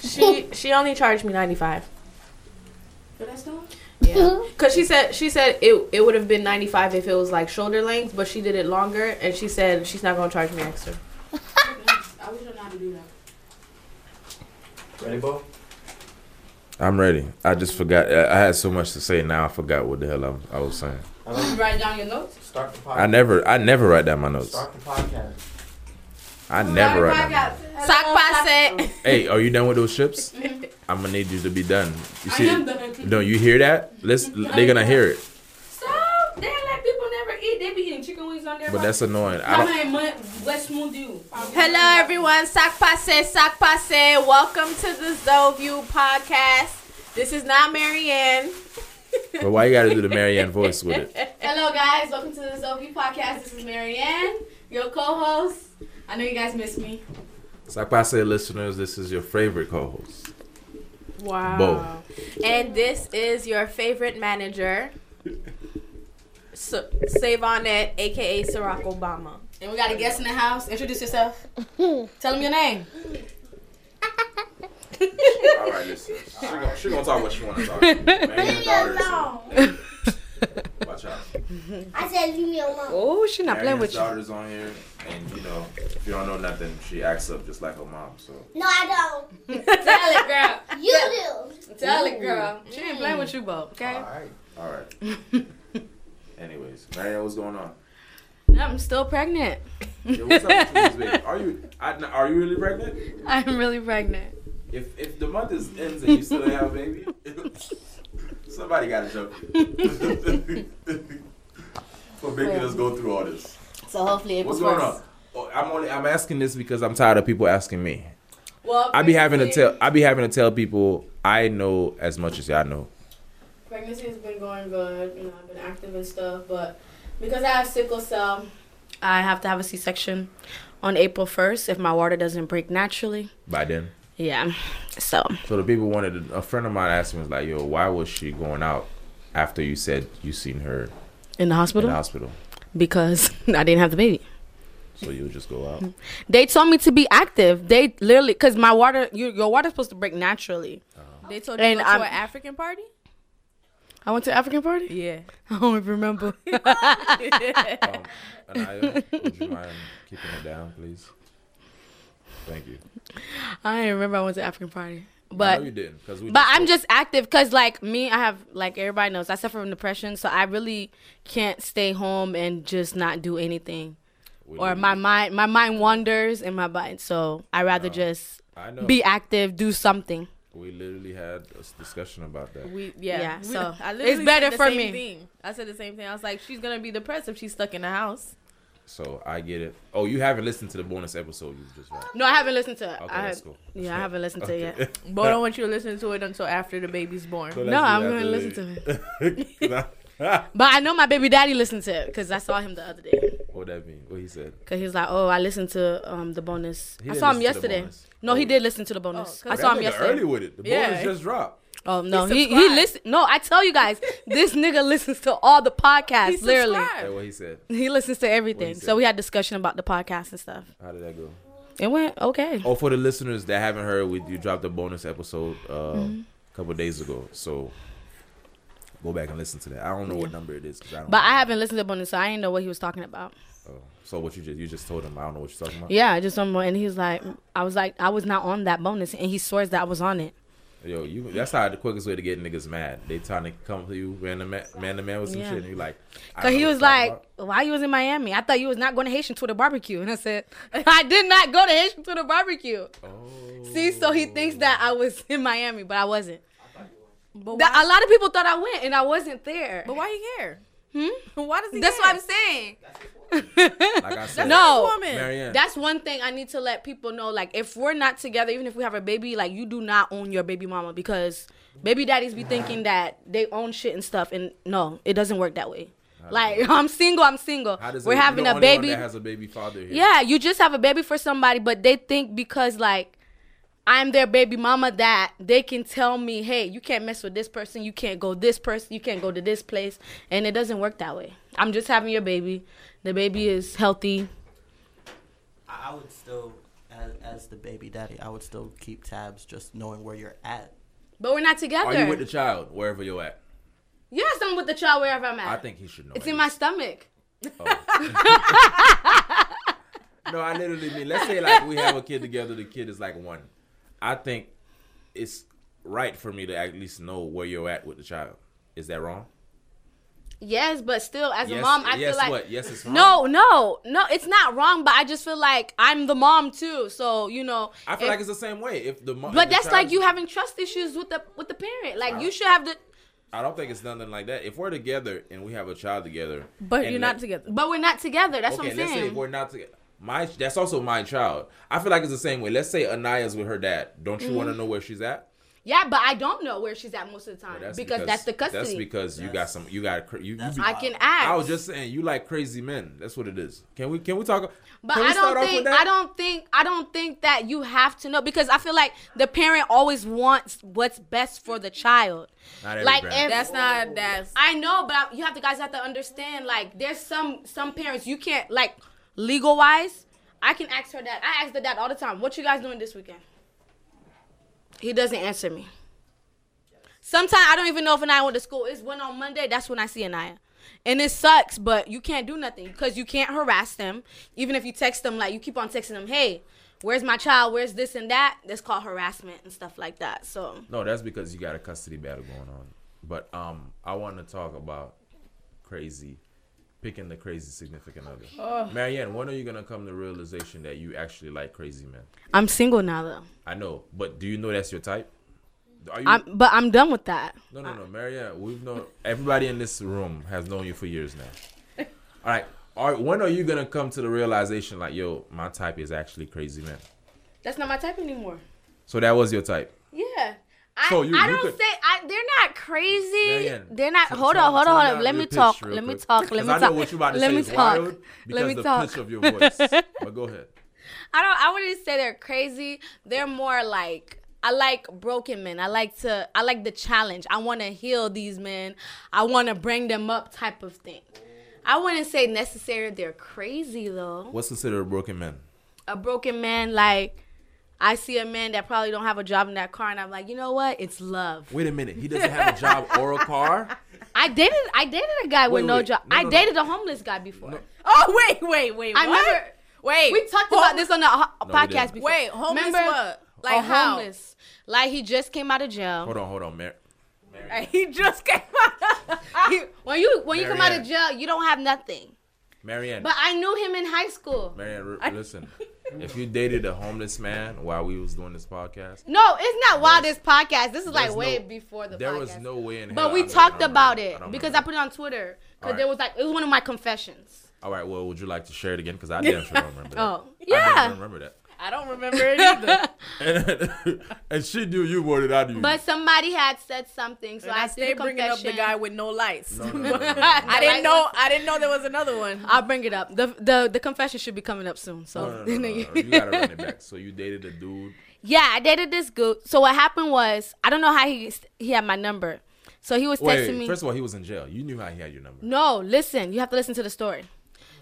she she only charged me ninety five. For that store? Yeah, because she said she said it it would have been ninety five if it was like shoulder length, but she did it longer, and she said she's not gonna charge me extra. I wish I know how to do that. Ready, Bo? I'm ready. I just forgot. I I had so much to say. Now I forgot what the hell I'm, I was saying. I love You you. write down your notes. Start the podcast. I never. I never write down my notes. Start the podcast. I never write down. My notes. Sock said, Hey, are you done with those chips? I'm gonna need you to be done. You I see? am done. No, you hear that? Let's. They're gonna hear it. Stop! They let people never eat. They be eating chicken wings on their. But that's annoying. I How don't. many months? What's moon do? "Hello everyone, sock passe, sock passe. Welcome to the Zoview podcast. This is not Marianne. But why you gotta do the Marianne voice with it? Hello, guys. Welcome to the Sophie Podcast. This is Marianne, your co-host. I know you guys miss me. Sakpase listeners, this is your favorite co-host. Wow. And this is your favorite manager, so, Savonette, aka Barack Obama. And we got a guest in the house. Introduce yourself. Tell them your name. All right, listen. She gonna, she gonna talk what she wanna talk. Marianne's daughter is Watch out. I said, leave me alone. Oh, she not playing with you. daughter's on here, and you know, if you don't know nothing, she acts up just like her mom. So No, I Tell it, girl. don't. You do. Tell it, girl. She ain't playing with you, Bo. Okay. all right, all right. Anyways, Marianne, what's going on? No, I'm still pregnant. Yo, what's up with you, baby? Are you I, are you really pregnant? I'm really pregnant. If if the month is ends and you still don't have a baby, somebody got to joke. For making us go through all this. So hopefully it What's was going worse. on? Oh, I'm only I'm asking this because I'm tired of people asking me. Well, I be having to pregnancy- tell I be having to tell people I know as much as y'all know. pregnancy has been going good. You know, I've been active and stuff, but because I have sickle cell, I have to have a C-section on April 1st if my water doesn't break naturally. By then. Yeah. So So the people wanted a friend of mine asked me was like, "Yo, why was she going out after you said you seen her in in the hospital the hospital?" because I didn't have the baby. So you would just go out. They told me to be active. They literally because my water, you, your water's supposed to break naturally. They told you And to go to I'm- an African party? I went to African party. Yeah. I don't even remember. Um, Anaya, would you mind keeping it down, please? Thank you. I didn't remember I went to African party. no, But you didn't, because we. But I'm just active because, like me, I have like everybody knows I suffer from depression, so I really can't stay home and just not do anything. we Or didn't- my mind, my mind wanders in my body, so I Oh. rather just I know. be active, do something. we literally had a s- discussion about that. We yeah. Yeah, We- so I it's literally better said the for same me. Thing. I said the same thing. I was like, she's gonna be depressed if she's stuck in the house. So I get it. Oh, you haven't listened to the bonus episode you just read. No, I haven't listened to it. Okay, I, let's go. Yeah, I haven't listened to it yet. But I don't want you to listen to it until after the baby's born. No, I'm gonna listen to it. But I know my baby daddy listened to it because I saw him the other day. what that mean? What he said? Cause he was like, "Oh, I listened to um the bonus. He I didn't saw listen to him the yesterday. bonus. No, he Oh. did listen to the bonus. Oh, I cause- saw That him nigga yesterday. Early with it. The Yeah. bonus just dropped. Oh no, he he subscribed. listen. No, I tell you guys, this nigga listens to all the podcasts. He's literally, Hey, subscribed. what he said? he listens to everything. said? So we had discussion about the podcast and stuff. How did that go? It went okay. Oh, for the listeners that haven't heard, we you dropped a bonus episode uh, Mm-hmm. a couple days ago, so go back and listen to that. I don't know what number it is, 'cause I don't. But I haven't listened to bonus, so I didn't know what he was talking about. oh, so what you just you just told him? I don't know what you're talking about. Yeah, I just one more, and he was like, I was like, I was not on that bonus, and he swears that I was on it. Yo, you that's how the quickest way to get niggas mad. They trying to come to you man to man, man, to man with some Yeah. shit, and you like. I Cause don't he know was what you're like, talking "Why you was in Miami? I thought you was not going to Haitian Twitter barbecue." And I said, "I did not go to Haitian Twitter barbecue." about. See, so he thinks that I was in Miami, but I wasn't. But That- why, a lot of people thought I went, and I wasn't there. but why he care? Hmm? Why does he That's care? what I'm saying. Like I said, no, woman. Marianne. that's one thing I need to let people know. Like, if we're not together, even if we have a baby, like you do not own your baby mama because baby daddies be thinking that they own shit and stuff, and no, it doesn't work that way. Like, I'm single, I'm single. how does We're it- having you're a the only one baby. that has a baby father here. yeah, you just have a baby for somebody, but they think because like. I'm their baby mama that they can tell me, hey, you can't mess with this person, you can't go this person, you can't go to this place, and it doesn't work that way. I'm just having your baby. The baby is healthy, I I would still, as as, as the baby daddy, I would still keep tabs, just knowing where you're at. But we're not together. Are you with the child wherever you're at? yes, I'm with the child wherever I'm at. I think he should know. it's at in my least. stomach. No, I literally mean. Let's say like we have a kid together. The kid is like one. I think it's right for me to at least know where you're at with the child. Is that wrong? Yes, but still, as Yes. a mom, I yes. feel like what? Yes, it's wrong. Oh, no, no, no. It's not wrong, but I just feel like I'm the mom too. So you know, I feel if- like it's the same way. If the mom, But that's like you having trust issues with the with the parent. Like you should have the. I don't think it's nothing like that. If we're together and we have a child together, But and you're let- not together. But we're not together. That's okay, what I'm let's say saying. if we're not together. My that's also my child. I feel like it's the same way. Let's say Anaya's with her dad. Don't you Mm-hmm. want to know where she's at? yeah, but I don't know where she's at most of the time Well, because, that's the custody. That's because you got That's- some. You got cra- you. you that's be- I can ask. I was just saying you like crazy men. That's what it is. Can we can we talk? But can we I start off don't with think that? I don't think I don't think that you have to know because I feel like the parent always wants what's best for the child. Not every like parent. That's not that's I know, but I, you have to guys have to understand. Like, there's some some parents you can't like legal wise. I can ask her dad. I ask the dad all the time. What you guys doing this weekend? He doesn't answer me. Sometimes I don't even know if Anaya went to school. It's when on Monday. That's when I see Anaya. And it sucks, but you can't do nothing because you can't harass them. Even if you text them, like you keep on texting them, hey, where's my child? Where's this and that? That's called harassment and stuff like that. So No, that's because you got a custody battle going on. But um, I want to talk about crazy, picking the crazy significant other. Marianne, when are you gonna come to the realization that you actually like crazy men? I'm single now though. I know, but do you know that's your type? Are you? I'm, but I'm done with that. no, no, no, Marianne. We've known everybody in this room has known you for years now. All right. All right, when are you gonna come to the realization like, yo, my type is actually crazy men? That's not my type anymore. So that was your type. Yeah. I, So you- I you don't could- say I, they're not crazy. Marianne, they're not. t- hold tell- on, hold tell on, me hold on. Let your me pitch talk. real Let me quick. talk. Let 'Cause me I know talk. what you about to Let say me is talk. wild because Let me the talk. pitch of your voice. but go ahead. I don't. I wouldn't say they're crazy. They're more like I like broken men. I like to. I like the challenge. I want to heal these men. I want to bring them up, type of thing. I wouldn't say necessarily they're crazy though. What's considered a broken man? a broken man like I see a man that probably don't have a job in that car and I'm like, you know what? It's love. Wait a minute. He doesn't have a job or a car. I dated I dated a guy with Wait, no wait. job. No, I no, no. dated a homeless guy before. Oh wait, wait, wait. I what? remember Wait. we talked Home- about this on the ho- we podcast didn't. before. Wait, homeless Remember? what? Like Like how? homeless. Like he just came out of jail. Hold on, hold on, Mar- Like, he just came out. He- when you when you come out of Marianne. jail, you don't have nothing. Marianne. But I knew him in high school. Marianne, r- listen. If you dated a homeless man while we was doing this podcast, No, it's not while this podcast. This is like there's way no- before the there podcast. was no way in hell. But we I would- I talked don't about remember. it don't because I remember. put it on Twitter because Alright. there was like it was one of my confessions. All right. Well, would you like to share it again? Because I damn sure don't remember. That. Oh I yeah, don't remember that. I don't remember it either. And, and she knew you more than I do. but somebody had said something, so And I I stay did a bringing up the confession. guy with no lights. No, no, no, no, no. I didn't know. I didn't know there was another one. I'll bring it up. the the The confession should be coming up soon. So No, no, no, no, no. You gotta run it back. So you dated a dude. yeah, I dated this dude. So what happened was I don't know how he he had my number. So he was Wait, texting me. first of all, he was in jail. You knew how he had your number. No, listen. You have to listen to the story.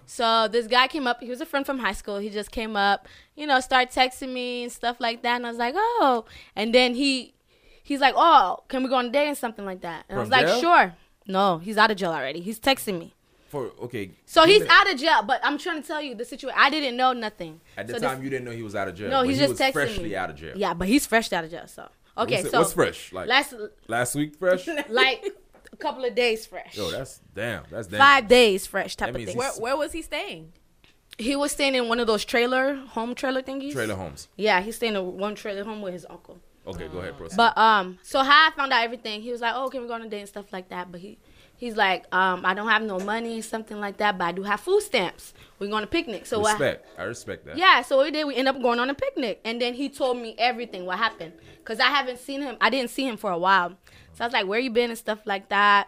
So this guy came up. He was a friend from high school. He just came up, you know, started texting me and stuff like that. And I was like, oh. And then he, he's like, oh, can we go on a date and something like that? And I was From like, jail? sure. No, he's out of jail already. He's texting me. For okay. So you he's didn't- out of jail. But I'm trying to tell you the situation. I didn't know nothing. At the so this- time, you didn't know he was out of jail. no, but he's he just was texting freshly me. out of jail. Yeah, but he's fresh out of jail. So okay, What's, so what's fresh? Like Last last week fresh? like a couple of days fresh. Yo, that's damn. That's damn. Five days fresh type That of means thing. he's Where, where was he staying? He was staying in one of those trailer home trailer thingies. Trailer homes. Yeah, he's staying in one trailer home with his uncle. Okay, go ahead, proceed. But um, so how I found out everything, he was like, "Oh, can we go on a date and stuff like that?" But he, he's like, um, "I don't have no money, something like that, but I do have food stamps. We're going to picnic." So what? respect. I respect that. Yeah, so we did. We end up going on a picnic, and then he told me everything what happened because I haven't seen him. I didn't see him for a while, so I was like, "Where you been?" and stuff like that.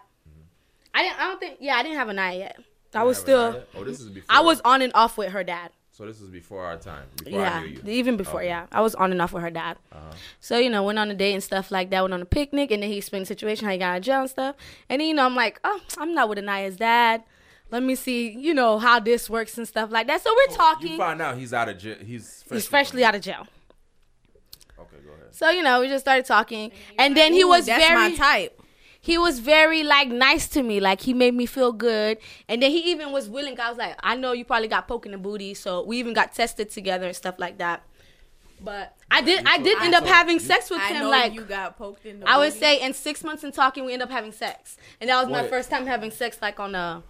I didn't. I don't think. Yeah, I didn't have a night yet. I was still. Oh, this is before. I was on and off with her dad. So this is before our time. Before I Yeah, knew you. even before, Okay. Uh-huh. yeah, I was on and off with her dad. So you know, went on a date and stuff like that. Went on a picnic, and then he explained the situation, how he got out of jail and stuff. And then you know, I'm like, oh, I'm not with Anaya's dad. let me see, you know, how this works and stuff like that. So we're Oh, You talking. find out he's out of jail. He's freshly, He's freshly out of jail. Okay, go ahead. So you know, we just started talking, and then he was That's very my type. he was very like nice to me. Like he made me feel good, and then he even was willing. I was like, I know you probably got poking the booty, so we even got tested together and stuff like that. But I did I did end up having sex with I him. know Like you got poked in the I would booty. say, in six months in talking, we end up having sex, and that was my Wait. first time having sex like on a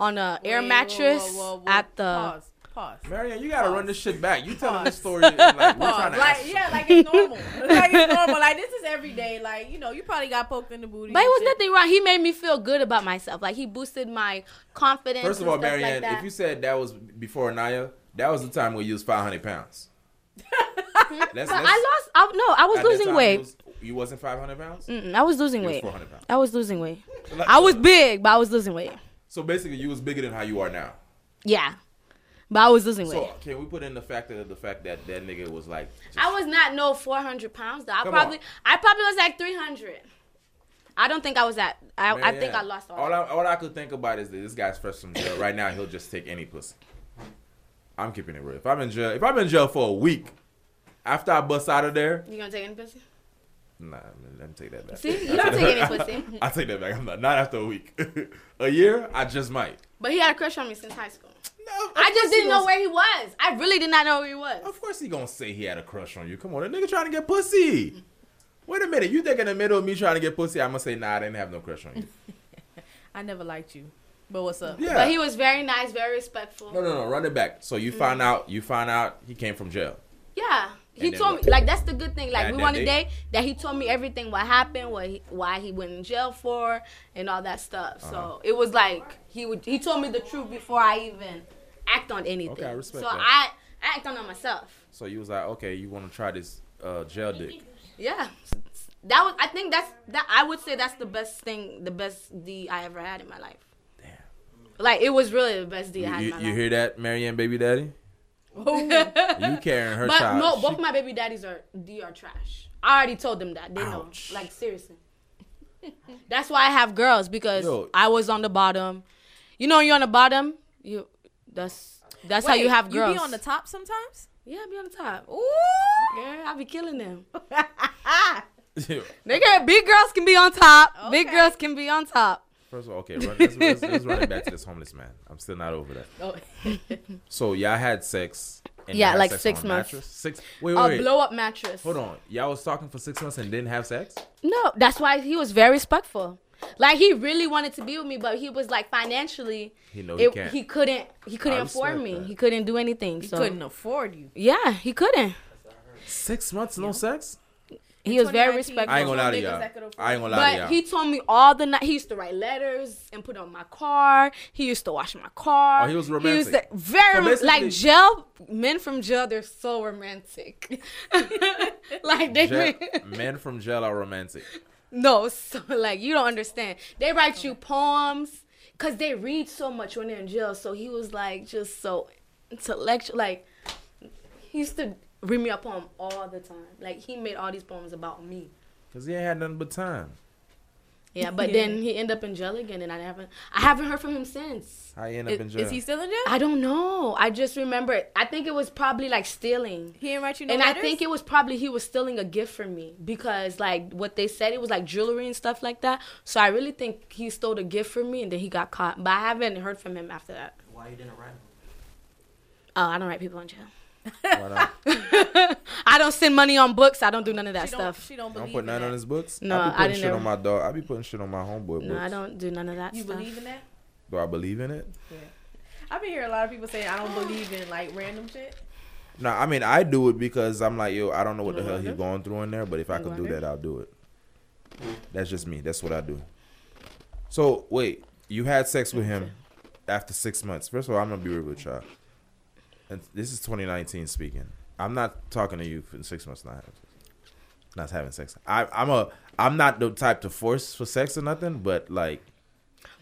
on a Wait, air whoa, mattress whoa, whoa, whoa. at the. pause. Pause. Marianne, you gotta run this shit back. You telling the story and, like we're trying to Like ask you. yeah, like it's normal. like it's normal. Like this is every day. Like you know, you probably got poked in the booty. But it and was shit. nothing wrong. He made me feel good about myself. Like he boosted my confidence. First of and all, stuff like Marianne, that. if you said that was before Naya, that was the time where you was five hundred pounds. Let's- But let's- I lost. I, no, I was at that losing time, weight. You, was, you wasn't five hundred pounds. Mm, I was losing You was weight. four hundred pounds. I was losing weight. Like- I was big, but I was losing weight. So basically, you was bigger than how you are now. Yeah, but I was losing weight. So can we put in the fact that the fact that that nigga was like, just, I was not no 400 pounds though. I Come probably, on. I probably was like 300. I don't think I was that. I, I Marianne, think I lost all. All that. I, all I could think about is that this guy's fresh from jail. Right now, he'll just take any pussy. I'm keeping it real. If I'm in jail, if I'm in jail for a week, after I bust out of there, You gonna take any pussy? nah, man, let me take that back. See, you don't take any pussy. I take that back. I'm not. Not after a week. a year, I just might. But he had a crush on me since high school. No, I just didn't know where he was. I really did not know where he was. Of course he gonna say he had a crush on you. Come on, that nigga trying to get pussy. Wait a minute, you think in the middle of me trying to get pussy, I'm gonna say nah, I didn't have no crush on you. I never liked you. But what's up? Yeah. But he was very nice, very respectful. no, no, no, run it back. So you Mm. find out, you find out he came from jail. Yeah. He And then told what? me like that's the good thing. Like That- we that went a day? day that he told me everything what happened, what he, why he went in jail for, and all that stuff. Uh-huh. So it was like he would he told me the truth before I even act on anything. Okay, I respect so that. I I act on it myself. So you was like, okay, you wanna try this uh, jail dick? Yeah. That was I think that's that I would say that's the best thing, the best D I ever had in my life. Damn. Like it was really the best D I You, had in you, my you life. hear that, Marianne, baby daddy? You carrying her But child? no, She- both my baby daddies are they are trash. I already told them that. They Ouch. know. Like seriously. That's why I have girls because Yo. I was on the bottom. You know, when you're on the bottom. You that's that's how you Wait, have girls. You be on the top sometimes. yeah, I be on the top. Ooh, girl, I be killing them. Nigga, big girls can be on top. Big Okay. girls can be on top. First of all, okay, run, let's, let's, let's run it back to this homeless man. I'm still not over that. Oh. So y'all had sex. And Yeah, you had like sex six on a months. mattress? Six. Wait, wait, A wait. blow up mattress. Hold on. Y'all was talking for six months and didn't have sex? No, that's why he was very respectful. Like he really wanted to be with me, but he was like financially, He know he it, can't. he couldn't. He couldn't I afford respect me. that. He couldn't do anything. He so couldn't afford you. yeah, he couldn't. Six months, no sex? He was very 2019, respectful. I ain't gonna lie to Niggas y'all. that could afford I ain't gonna lie to y'all. but he told me all the night. He used to write letters and put on my car. He used to wash my car. Oh, he was used romantic. to- very So like basically- jail men from jail. They're so romantic. like they Jail- Mm. men from jail are romantic. No, so like you don't understand. They write you poems because they read so much when they're in jail. So he was like just so intellectual. Like he used to read me a poem all the time. Like he made all these poems about me. Because he ain't had nothing but time. Yeah, but then he ended up in jail again, and I haven't I haven't heard from him since. How you end up Is, in jail? is he still in jail? I don't know. I just remember. I think it was probably like stealing. he didn't write you no and letters. I think it was probably he was stealing a gift from me because like what they said it was like jewelry and stuff like that. So I really think he stole a gift from me and then he got caught. But I haven't heard from him after that. Why you didn't write him? Oh, I don't write people in jail. Why not? I don't send money on books. I don't do none of that she don't, stuff. she don't believe Don't put in none that. on his books. No, I be I putting didn't shit ever- on my dog. I be putting shit on my homeboy No, books. I don't do none of that You stuff. believe in that? Do I believe in it? I've been hearing a lot of people saying I don't believe in like random shit. No, I mean I do it because I'm like, yo, I don't know what the You hell he's wonder? going through in there, but if I could do wonder? that, I'll do it. That's just me. That's what I do. So wait, you had sex with him after six months. First of all, I'm gonna be real with y'all. And this is 2019 speaking. I'm not talking to you for six months not having sex. Not having sex. I, I'm a. I'm not the type to force for sex or nothing, but like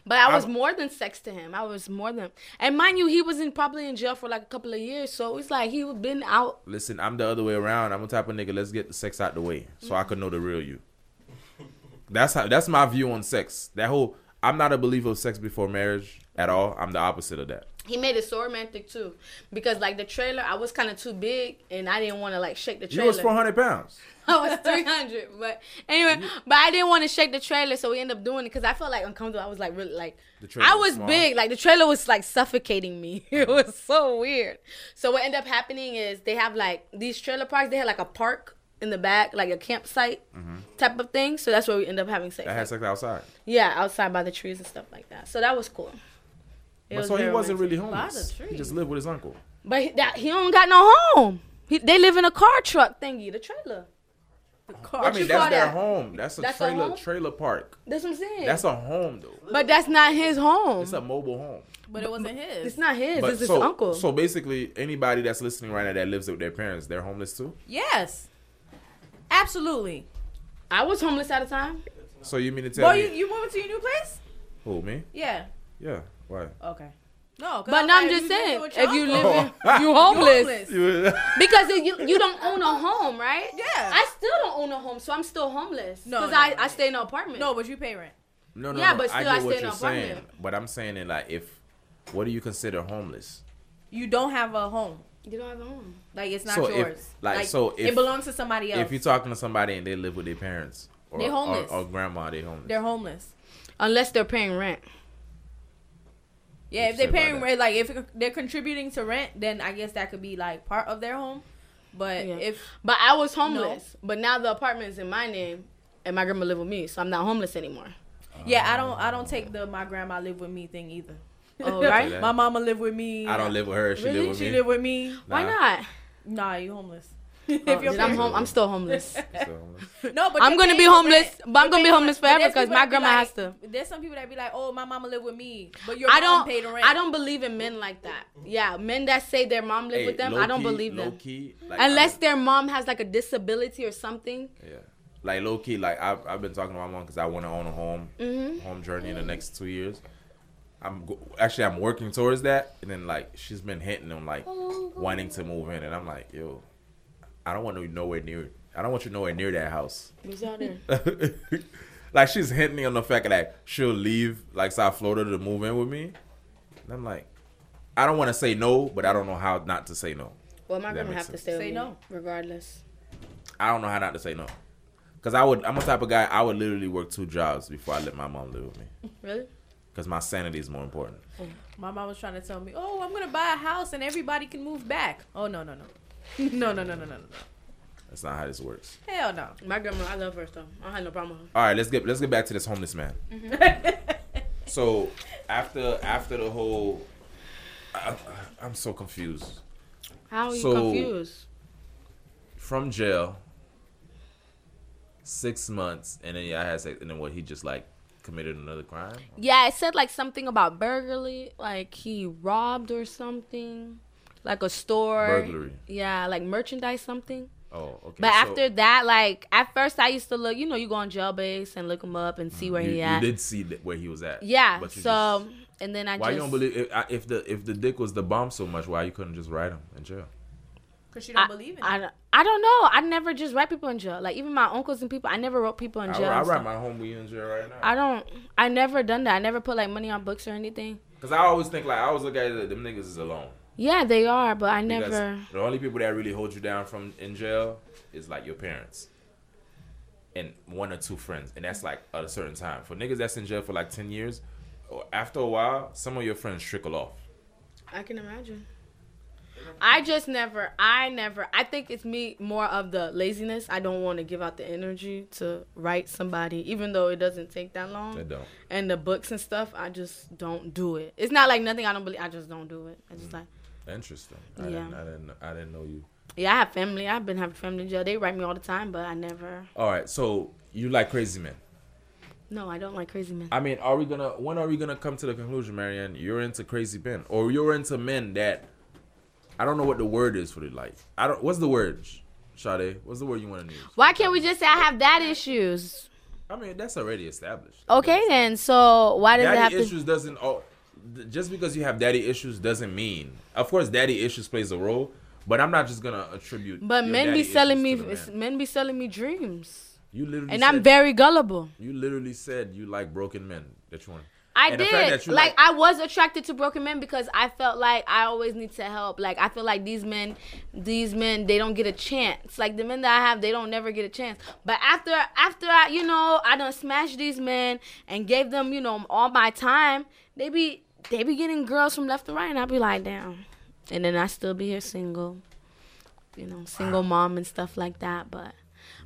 But I was I'm- more than sex to him. I was more than. And mind you, he was in probably in jail for like a couple of years. So it's like he was been out. Listen, I'm the other way around. I'm the type of nigga. Let's get the sex out the way so I could know the real you. That's how. That's my view on sex. That whole I'm not a believer of sex before marriage at all. I'm the opposite of that. He made it so romantic too, because like the trailer, I was kind of too big and I didn't want to like shake the You trailer. was 400 pounds. I was 300, but anyway, but I didn't want to shake the trailer, so we ended up doing it because I felt like uncomfortable. I was like really like The trailer I was was small. big, like the trailer was like suffocating me. It was so weird. So what ended up happening is they have like these trailer parks. They had like a park in the back, like a campsite type of thing. So that's where we end up having sex. Mm-hmm. That had sex outside. yeah, outside by the trees and stuff like that. So that was cool. It But was so he very wasn't romantic. really homeless. He just lived with his uncle. But he, that, he don't got no home. He, they live in a car truck thingy, the trailer. I mean, you that's call their that? home. That's a That's a trailer home? trailer park. That's what I'm saying. That's a home though. but that's not his home. It's a mobile home. But it wasn't his. It's not his. But it's his so, uncle. so basically, anybody that's listening right now that lives with their parents, they're homeless too. Yes. Absolutely. I was homeless at a time. So you mean to tell Boy, me you, you moving to your new place? who me? Yeah. Yeah, why? Okay. No, 'cause But was no, I'm like, just you saying, living with your if you uncle. live in, Oh. you homeless. homeless. yeah, Because if you, you don't own a home, right? Yeah. I still don't own a home, so I'm still homeless. No, Because no, I, no. I stay in an apartment. No, but you pay rent. no, no, Yeah, no, but I still, I get stay what in you're an apartment. saying. But I'm saying it like if what do you consider homeless? You don't have a home. You don't have a home. Like it's not So if- yours. like, so if- it belongs to somebody else. If you're talking to somebody and they live with their parents or They homeless. or, or grandma, they homeless. they're homeless. Unless they're paying rent. Yeah, What if you they're say about paying that? rent, like if they're contributing to rent, then I guess that could be like part of their home. But Yeah. if But I was homeless. But now the apartment's in my name, and my grandma live with me, so I'm not homeless anymore. yeah, I don't I don't take Oh. the my grandma live with me thing either. Oh, right? that. my mama live with me. I don't live with her. She Really? live with She me. live with me. Why Nah. not? Nah, you homeless. Oh, if you're then I'm paying- home. I'm still homeless. So homeless. No, but I'm you're gonna be paying for homeless, rent. but I'm gonna You're be paying homeless for rent. forever There's 'cause people my that be grandma like- has to- There's some people that be like, "Oh, my mama live with me," but your I mom don't. paid the rent. I don't believe in men like that. Yeah, men that say their mom live Hey, with them. low I don't key- believe low them. Key, like, I Unless was- their mom has like a disability or something. Yeah. Like low key, like I've, I've been talking to my mom because I want to own a home, home journey in the next two years. I'm go- actually I'm working towards that, and then like she's been hinting on like wanting to move in, and I'm like, yo, I don't want to nowhere near. I don't want you nowhere near that house. like she's hinting me on the fact that like, she'll leave like South Florida to move in with me, and I'm like, I don't want to say no, but I don't know how not to say no. Well, my That grandma makes have to sense. stay with Say me no. regardless. I don't know how not to say no. Cause I would, I'm the type of guy I would literally work two jobs before I let my mom live with me. Really? Cause my sanity is more important. My mom was trying to tell me, "Oh, I'm gonna buy a house and everybody can move back." Oh no no no, no no no no no no no. That's not how this works. Hell no. My grandma, I love her so I don't have no problem with her. All right, let's get let's get back to this homeless man. so after after the whole, I, I'm so confused. How are you So- confused? From jail, six months, and then yeah, I had sex, and then what? He just like committed another crime. Yeah, it said like something about burglary, like he robbed or something, like a store. Burglary. Yeah, like merchandise something. Oh, okay. But so after that, like at first, I used to look. You know, you go on jail base and look him up and see where you, he you at. did see that where he was at. yeah. but you So just- and then I Why just you don't believe if, I- if the if the dick was the bomb so much? Why you couldn't just write him in jail? Cause she don't I, believe in I, it. don't- I don't know. I never just write people in jail. Like even my uncles and people, I never wrote people in I, jail. I and write stuff. my homie in jail right now. I don't. I never done that. I never put like money on books or anything. Cause I always think like I always look at it, like, them niggas is alone. Yeah, they are, but I Because never. The only people that really hold you down from in jail is like your parents and one or two friends, and that's like at a certain time. For niggas that's in jail for like ten years, or after a while, some of your friends trickle off. I can imagine. I just never, I never, I think it's me more of the laziness. I don't want to give out the energy to write somebody, even though it doesn't take that long. They don't. And the books and stuff, I just don't do it. It's not like nothing I don't believe, I just don't do it. I Mm. just like, Interesting. I Yeah. didn't, I didn't. I didn't know you. yeah, I have family. I've been having family in jail. They write me all the time, but I never, All right. So you like crazy men. no, I don't like crazy men. I mean, are we gonna? When are we gonna come to the conclusion, Marianne? You're into crazy men, or you're into men that I don't know what the word is for it. Like, I don't. What's the word, Sh- Sade? What's the word you want to use? Why can't we just say I have that issues? I mean, that's already established. Okay, Oh, then. So why does it have Daddy to? issues doesn't. all th- just because you have daddy issues doesn't mean. Of course, daddy issues plays a role, but I'm not just gonna attribute. But your men daddy be issues selling to me, the man. men be selling me dreams. You literally and said, I'm very gullible. You literally said you like broken men. That you want. I And the fact that did. you, like- Like, I was attracted to broken men because I felt like I always need to help. Like I feel like these men, these men, they don't get a chance. Like the men that I have, they don't never get a chance. But after, after I, you know, I done smashed these men and gave them, you know, all my time. They be, they be getting girls from left to right, and I be like, damn. And then I still be here single, you know, single mom and stuff like that. But.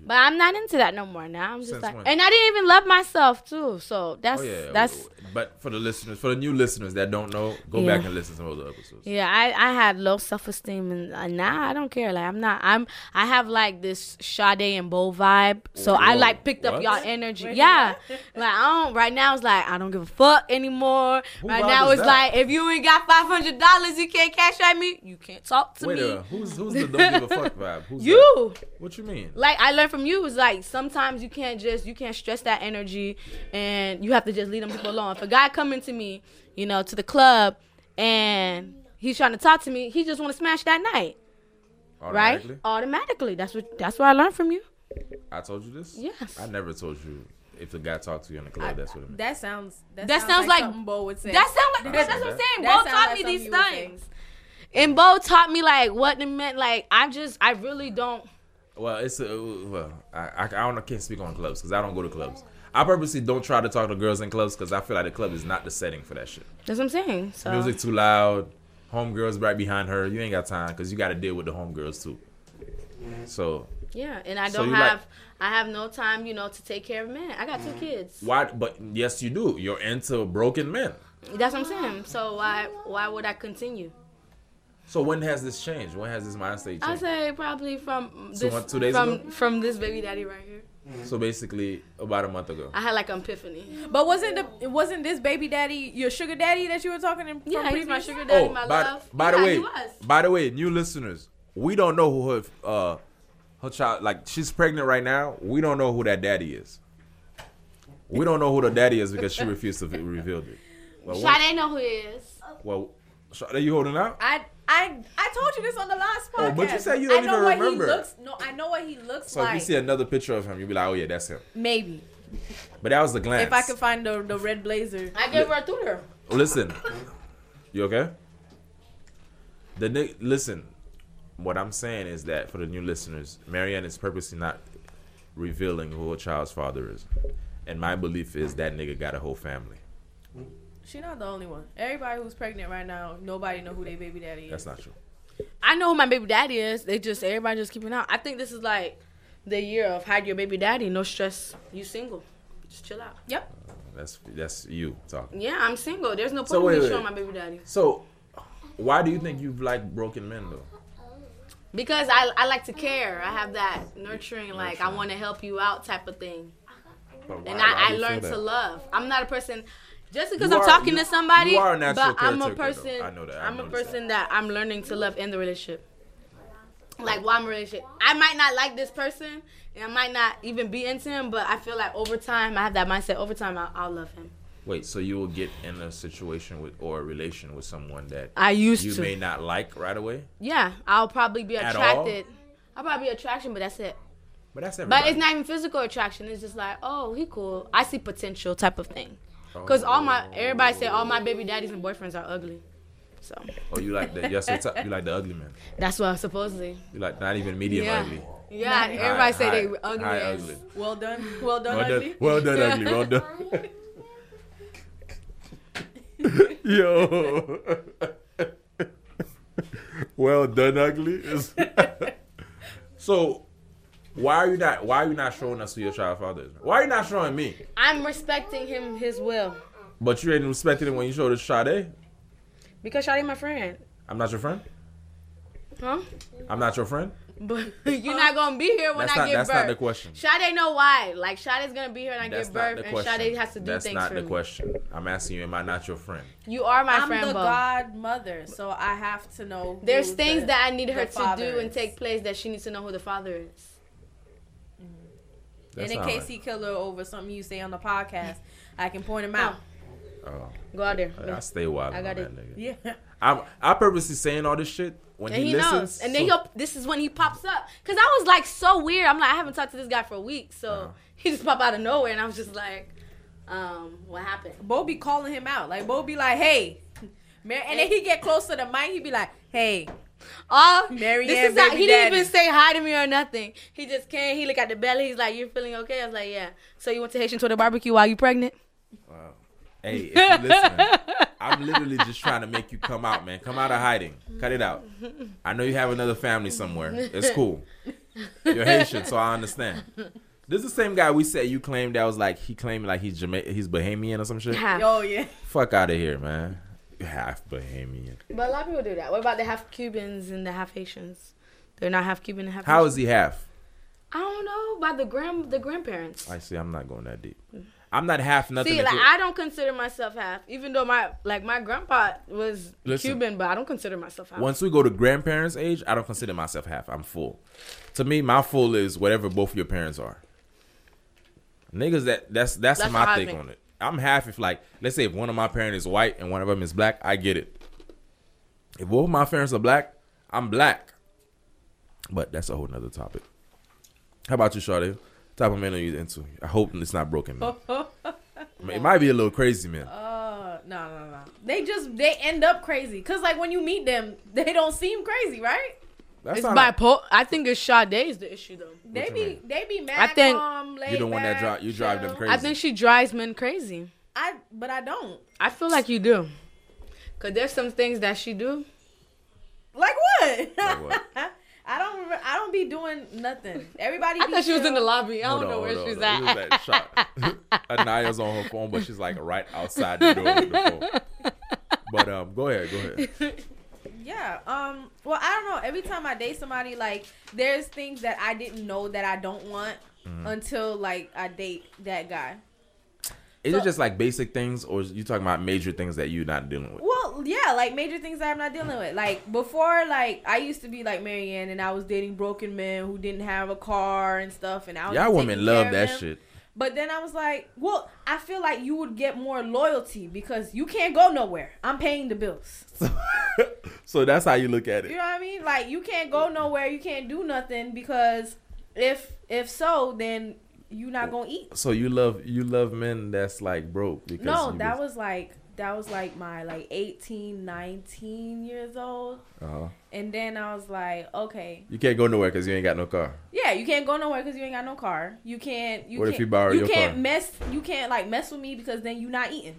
But I'm not into that no more. Now I'm just Since like, when? and I didn't even love myself too. So that's Oh yeah, that's But for the listeners, for the new listeners that don't know, go Yeah. back and listen to those other episodes. Yeah, I, I had low self esteem and uh, now I don't care. Like I'm not I'm I have like this Sade and Bo vibe. So I Whoa, like picked up what? y'all energy. yeah. Like I don't right now it's like I don't give a fuck anymore. Who right vibe now is it's that? like if you ain't got five hundred dollars you can't cash at me, you can't talk to Wait, me. uh, who's who's the don't give a fuck vibe? Who's that? You What you mean? like I learned from you is like sometimes you can't just you can't stress that energy and you have to just leave them people alone. If a guy coming to me, you know, to the club and he's trying to talk to me, he just want to smash that night, right? Automatically? Automatically. That's what that's what I learned from you. I told you this. Yes. I never told you if the guy talked to you in the club. that's what it means. That sounds. That, That sounds sounds like, like- something Bo would say. That sound like Right. that's what I'm saying. That Bo sounds taught like me something these you would say. things. And Bo taught me like what it meant. Like I just I really don't Well, it's a, well, I, I I don't I can't speak on clubs because I don't go to clubs. I purposely don't try to talk to girls in clubs because I feel like the club is not the setting for that shit. that's what I'm saying. So Music too loud, homegirls right behind her. You ain't got time because you got to deal with the homegirls too. So yeah, and I So don't you like- Mm. have I have no time, you know, to take care of men. I got two kids. why? But yes, you do. You're into broken men. That's what I'm saying. So why why would I continue? So when has this changed? When has this mindset I changed? say probably from So this what, two days from ago? from this baby daddy right here. so basically, about a month ago. I had like an epiphany. But wasn't the it wasn't this baby daddy your sugar daddy that you were talking in? from Yeah, he's my previous? sugar daddy, oh, my by, love. by Yeah, the he way, was. by the way, new listeners, we don't know who her uh her child like she's pregnant right now. We don't know who that daddy is. We don't know who the daddy is because she refused to reveal it. Well, what- Sade know who he is. well, Sade, you holding out? I I I told you this on the last podcast. Oh, but you said you don't I know even what remember. He looks, no, I know what he looks So if you like. see another picture of him, you'll be like, oh yeah, that's him. Maybe But that was the glance. if I could find the the red blazer. I gave her a tutor. Listen, you okay? The ni- listen, what I'm saying is that for the new listeners, Marianne is purposely not revealing who her child's father is, and my belief is that nigga got a whole family. She not the only one. Everybody who's pregnant right now, nobody know who their baby daddy is. That's not true. I know who my baby daddy is. They just everybody just keeping out. I think this is like the year of hide your baby daddy. No stress. You single. Just chill out. Yep. That's that's you talking. Yeah, I'm single. There's no point So in wait, me showing wait. my baby daddy So, why do you think you've like broken men though? because I I like to care. I have that nurturing, like I want to help you out type of thing. But why- and why I, do I you feel learned that? to love. I'm not a person just because You I'm are- talking you- to somebody. you are a natural but I'm a caretaker, though. person. I know that. I I'm a noticed person that. I'm learning to love in the relationship. Like why I'm in a relationship. I might not like this person, and I might not even be into him. But I feel like over time, I have that mindset. Over time, I'll, I'll love him. Wait, so you will get in a situation with or a relation with someone that I used you to. may not like right away? yeah, I'll probably be At all? attracted. I'll probably be attraction, but that's it. But that's everybody. But it's not even physical attraction. It's just like, oh, he cool. I see potential type of thing. Cause all my everybody say all my baby daddies and boyfriends are ugly. So Oh, you like the yes, it's, you like the ugly man. that's what supposedly. You like not even medium Yeah. ugly. Yeah, Not- everybody High- say they high- ugly. high as- ugly. Well done. Well done, Well done, ugly. well done, ugly. Well done. Yo. well done, ugly. is- so, why are you not? Why are you not showing us who your child father is? Why are you not showing me? I'm respecting him his will But you ain't respecting him when you showed us Sade. because Shawty my friend, I'm not your friend. huh? I'm not your friend. But you're not gonna be here when That's I not. give That's birth. not the question. Sade know why. Like Sade's gonna be here when I That's give not birth, the and Sade question. has to do That's things not for the me. question. I'm asking you, am I not your friend? You are my I'm friend, the Bo. godmother, so I have to know. who There's things the- that I need the her to father do and is. take place that she needs to know who the father is. That's and in not case right. he kill her over something you say on the podcast, I can point him out. Oh. Go out there. I stay wild I on got that it. nigga. Yeah. I'm I purposely saying all this shit when And he, he, listens. knows. And then so- he'll, this is when he pops up. Because I was like so weird. I'm like, I haven't talked to this guy for a week. So Uh-huh. he just popped out of nowhere. And I was just like, um, what happened. Bo be calling him out. Like Bo be like, hey. Mar- and then he get close to the mic, he be like, hey. Oh, Mary this Ann, is how, baby he didn't daddy. even say hi to me or nothing. He just came. He looked at the belly. He's like, "You feeling okay?" I was like, "Yeah." So you went to Haitian Twitter barbecue while you pregnant? Wow. Hey, if you listening, I'm literally just trying to make you come out, man. Come out of hiding. Cut it out. I know you have another family somewhere. It's cool. You're Haitian, so I understand. This is the same guy we said you claimed that was like he claimed like he's Jama- he's Bahamian or some shit. Half. Oh yeah. Fuck out of here, man. Half Bahamian. But a lot of people do that. What about the half Cubans and the half Haitians? They're not half Cuban and half. How Haitian. is he half? I don't know by the grand the grandparents. I see. I'm not going that deep. I'm not half nothing. See, if like you- I don't consider myself half, even though my like my grandpa was Listen. Cuban, but I don't consider myself half. Once we go to grandparents' age, I don't consider myself half. I'm full. To me, my full is whatever both your parents are. Niggas, that that's that's, That's what my I take think. on it. I'm half if like let's say if one of my parents is white and one of them is black, I get it. If both of my parents are black, I'm black. But that's a whole nother topic. How about you, Shawty? Type of man are you into? I hope it's not broken, man. It might be a little crazy, man. Uh, no, no, no. They just they end up crazy. Cause like when you meet them, they don't seem crazy, right? That's it's not by po- I think it's Sade is the issue though. They you be mean? they be mad. I think- calm, laid you the one that back, drive you drive them chill. crazy. I think she drives men crazy. I but I don't. I feel like you do, cause there's some things that she do. Like what? Like what? I don't. remember- I don't be doing nothing. Everybody. I be thought she was in the chill. lobby. I don't know Hold where on, she's hold on, hold at. on. Who's that shot? Anaya's on her phone, but she's like right outside the door with the phone. But um, go ahead, go ahead. Yeah. Um. Well, I don't know. Every time I date somebody, like there's things that I didn't know that I don't want until like I date that guy. Is it So- just like basic things, or is you talking about major things that you're not dealing with? Well, yeah, like major things that I'm not dealing with. Like before, like I used to be like Marianne, and I was dating broken men who didn't have a car and stuff, and I was Y'all taking women care love of that them. shit. But then I was like, well, I feel like you would get more loyalty because you can't go nowhere. I'm paying the bills. so that's how you look at You it. know what I mean? Like you can't go nowhere. You can't do nothing because if if so, then you not gonna eat. So you love you love men that's like broke because No, you that was like that was like my like 18, 19 years old. uh-huh. And then I was like, okay, you can't go nowhere because you ain't got no car. Yeah, you can't go nowhere because you ain't got no car. You can't. You What if can't, you borrow your can't car? mess. You can't like mess with me because then you not eating.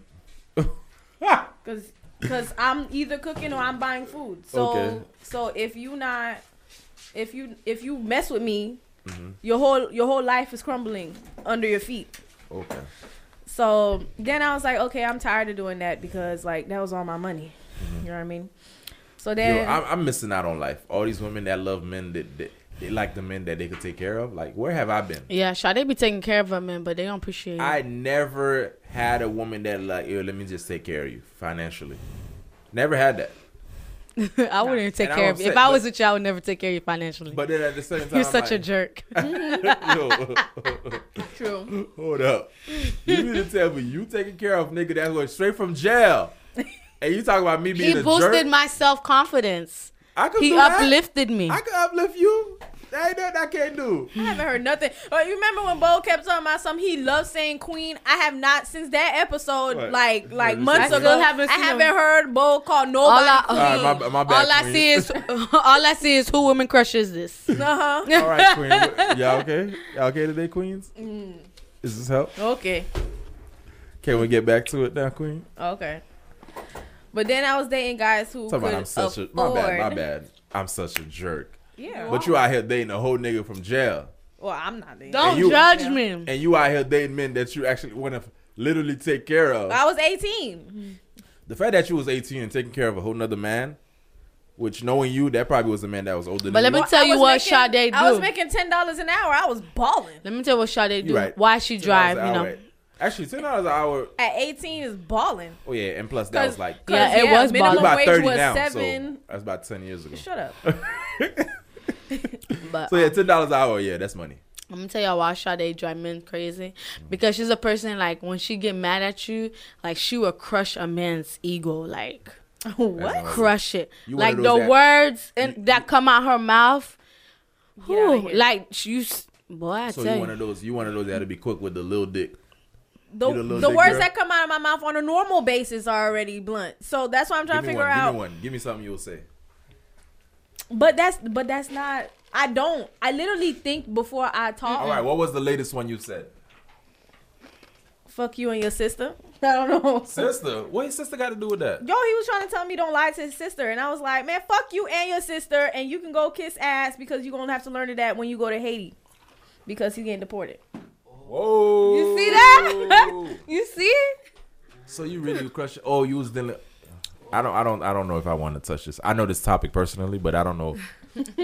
Cause, cause I'm either cooking or I'm buying food. So, Okay. so if you not, if you if you mess with me, Mm-hmm. your whole your whole life is crumbling under your feet. okay. So then I was like, okay, I'm tired of doing that because like that was all my money. You know what I mean? So Mm-hmm. Yo, then I'm, I'm missing out on life. All these women that love men that, that they like the men that they could take care of. Like, where have I been? Yeah, Sade be taking care of her men, but they don't appreciate it. I never had a woman that like, yo, let me just take care of you financially. Never had that. I wouldn't take And care I'm of you. If upset, I but- was with you, I would never take care of you financially. But then at the same time, You're I'm such a like, jerk. yo, true. hold up. You mean to tell me you taking care of nigga that's going straight from jail, and you talking about me being He a boosted jerk? my self confidence. I could He do that. uplifted me. I could uplift you. That ain't nothing I can't do. I haven't heard nothing. Oh, you remember when Bo kept talking about something? He loves saying Queen. I have not since that episode, What? like What like is months this? I ago. still haven't I seen haven't him. heard Bo call all nobody. I, Alright, my- my bad, all I Queen. see is all I see is who women crush is this. uh huh. All right, Queen. Y'all okay? Y'all okay today, Queens? Mm. Is this help? Okay. Can we get back to it now, Queen? Okay. But then I was dating guys who Talking could about I'm such a afford. my bad, my bad. I'm such a jerk. Yeah. But you out here dating a whole nigga from jail, well, I'm not dating. Don't you- judge me. and you out here dating men that you actually want to literally take care of. I was 18. The fact that you was 18 and taking care of a whole nother man, which knowing you, that probably was a man that was older. But than let me you. tell I you was what making- Sade do. I was making ten dollars an hour. I was balling. let me tell you what Sade do. You right. Why she drive, $10 an you know. hour. Actually, ten dollars an hour. At 18 is balling. Oh yeah, and plus that was 'Cause- like cause, Yeah, it was minimum you balling. about wage thirty was now, Seven. so that's about ten years ago. Shut up. But So yeah, ten dollars an hour. Yeah, that's money. I'm gonna tell y'all why Sade drive men crazy. Because she's a person like when she get mad at you, like she will crush a man's ego, like That's what? not- crush it. You one like of the those that- words and that come out her mouth. Get outta Whew, here. like you, s- boy, I So tell you you. one of those? You one of those that'll be quick with the little dick? The, You the little the dick words girl? that come out of my mouth on a normal basis are already blunt. So that's why I'm trying Give me to figure one. Give out. me one. Give me something you'll say. But that's but that's not. I don't. I literally think before I Uh-uh. talk. All right. What was the latest one you said? Fuck you and your sister. I don't know. Sister. What your sister got to do with that? Yo, he was trying to tell me don't lie to his sister, and I was like, man, fuck you and your sister, and you can go kiss ass because you're gonna have to learn to that when you go to Haiti, because he's getting deported. Whoa. You see that? you see? so you really crush? Oh, you was dealing. I don't. I don't. I don't know if I want to touch this. I know this topic personally, but I don't know.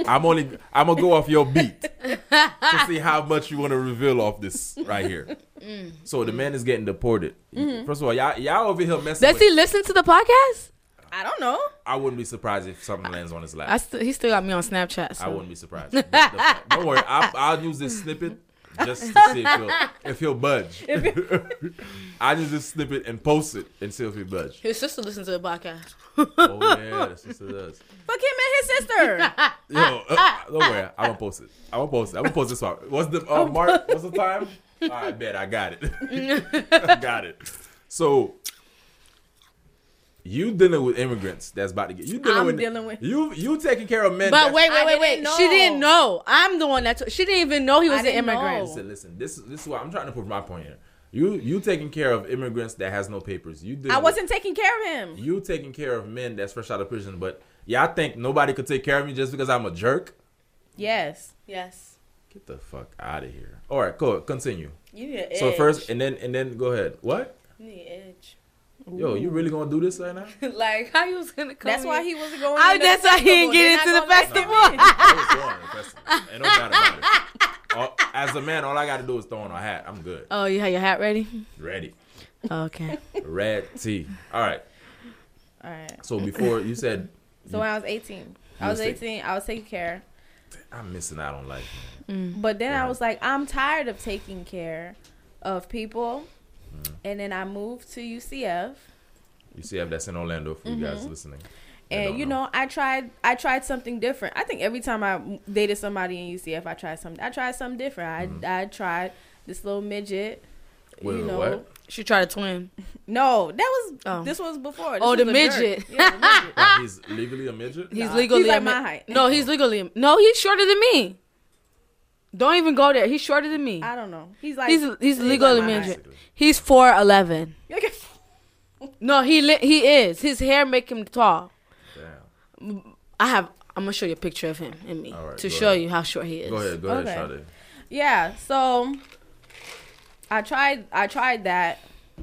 I'm only. I'm gonna go off your beat to see how much you want to reveal off this right here. Mm. So the man is getting deported. Mm-hmm. First of all, y'all, y'all over here messing. Does with, he listen to the podcast? I don't know. I wouldn't be surprised if something lands on his lap. I st- he still got me on Snapchat. So. I wouldn't be surprised. But the- don't worry, I, I'll use this snippet just to see if he'll, if he'll budge. I'll use this snippet and post it and see if he budge. His sister listens to the podcast. Oh yeah, that's just does. Fuck him and his sister. Yo, uh, don't worry, I'm gonna post it. I'm gonna post it. I'm gonna post this one. What's the uh, mark? What's the time? I bet I got it. I got it. So. You dealing with immigrants that's about to get you dealing I'm with dealing with- you you taking care of men. But that's- wait, I wait, wait, wait. didn't She know. didn't know. I'm the one that told she didn't even know he was an didn't immigrant. know. Listen, listen. This this is what I'm trying to prove my point here. You you taking care of immigrants that has no papers. You did. I wasn't taking care of him. You taking care of men that's fresh out of prison, but yeah, I think nobody could take care of me just because I'm a jerk. Yes. Yes. Get the fuck out of here. All right, cool. Continue. You need an So first, and then and then go ahead. What? you need edge. Yo, you really gonna do this right now? like how he was gonna come. That's why he wasn't going. I, in the Oh, that's why he didn't get into festival. the festival. I was throwing a festival. Ain't no doubt about it. All- As a man, all I gotta do is throw on a hat. I'm good. Oh, you had your hat ready? Oh, Ready. Okay. Red tea. All right. All right. So before you said So when I was 18, I was You was 18. I was taking care, I'm missing out on life. Mm-hmm. but then I Right. was like, I'm tired of taking care of people, Mm. and then I moved to UCF. You see, that's in Orlando for you guys listening. They Mm-hmm. and don't you know. I tried I tried something different. I think every time I m- dated somebody in UCF, I tried something. I tried something different. I Mm-hmm. I tried this little midget. Wait, you wait, know, what? She tried to twin. no, that was Oh. this was before. This Oh, the was a jerk. midget. Yeah, the midget. Like, he's legally a midget. He's Nah. legally He's like a my mi- height. No, he's legally no. He's shorter than me. Don't even go there. He's shorter than me. I don't know. He's like he's he's legally my height. midget. He's four eleven. You're like, No, he li- he is. His hair make him tall. Damn. I have. I'm gonna show you a picture of him and me All right, to go show ahead. you how short he is. Go ahead, go Okay. ahead, Shade. yeah. So I tried I tried that.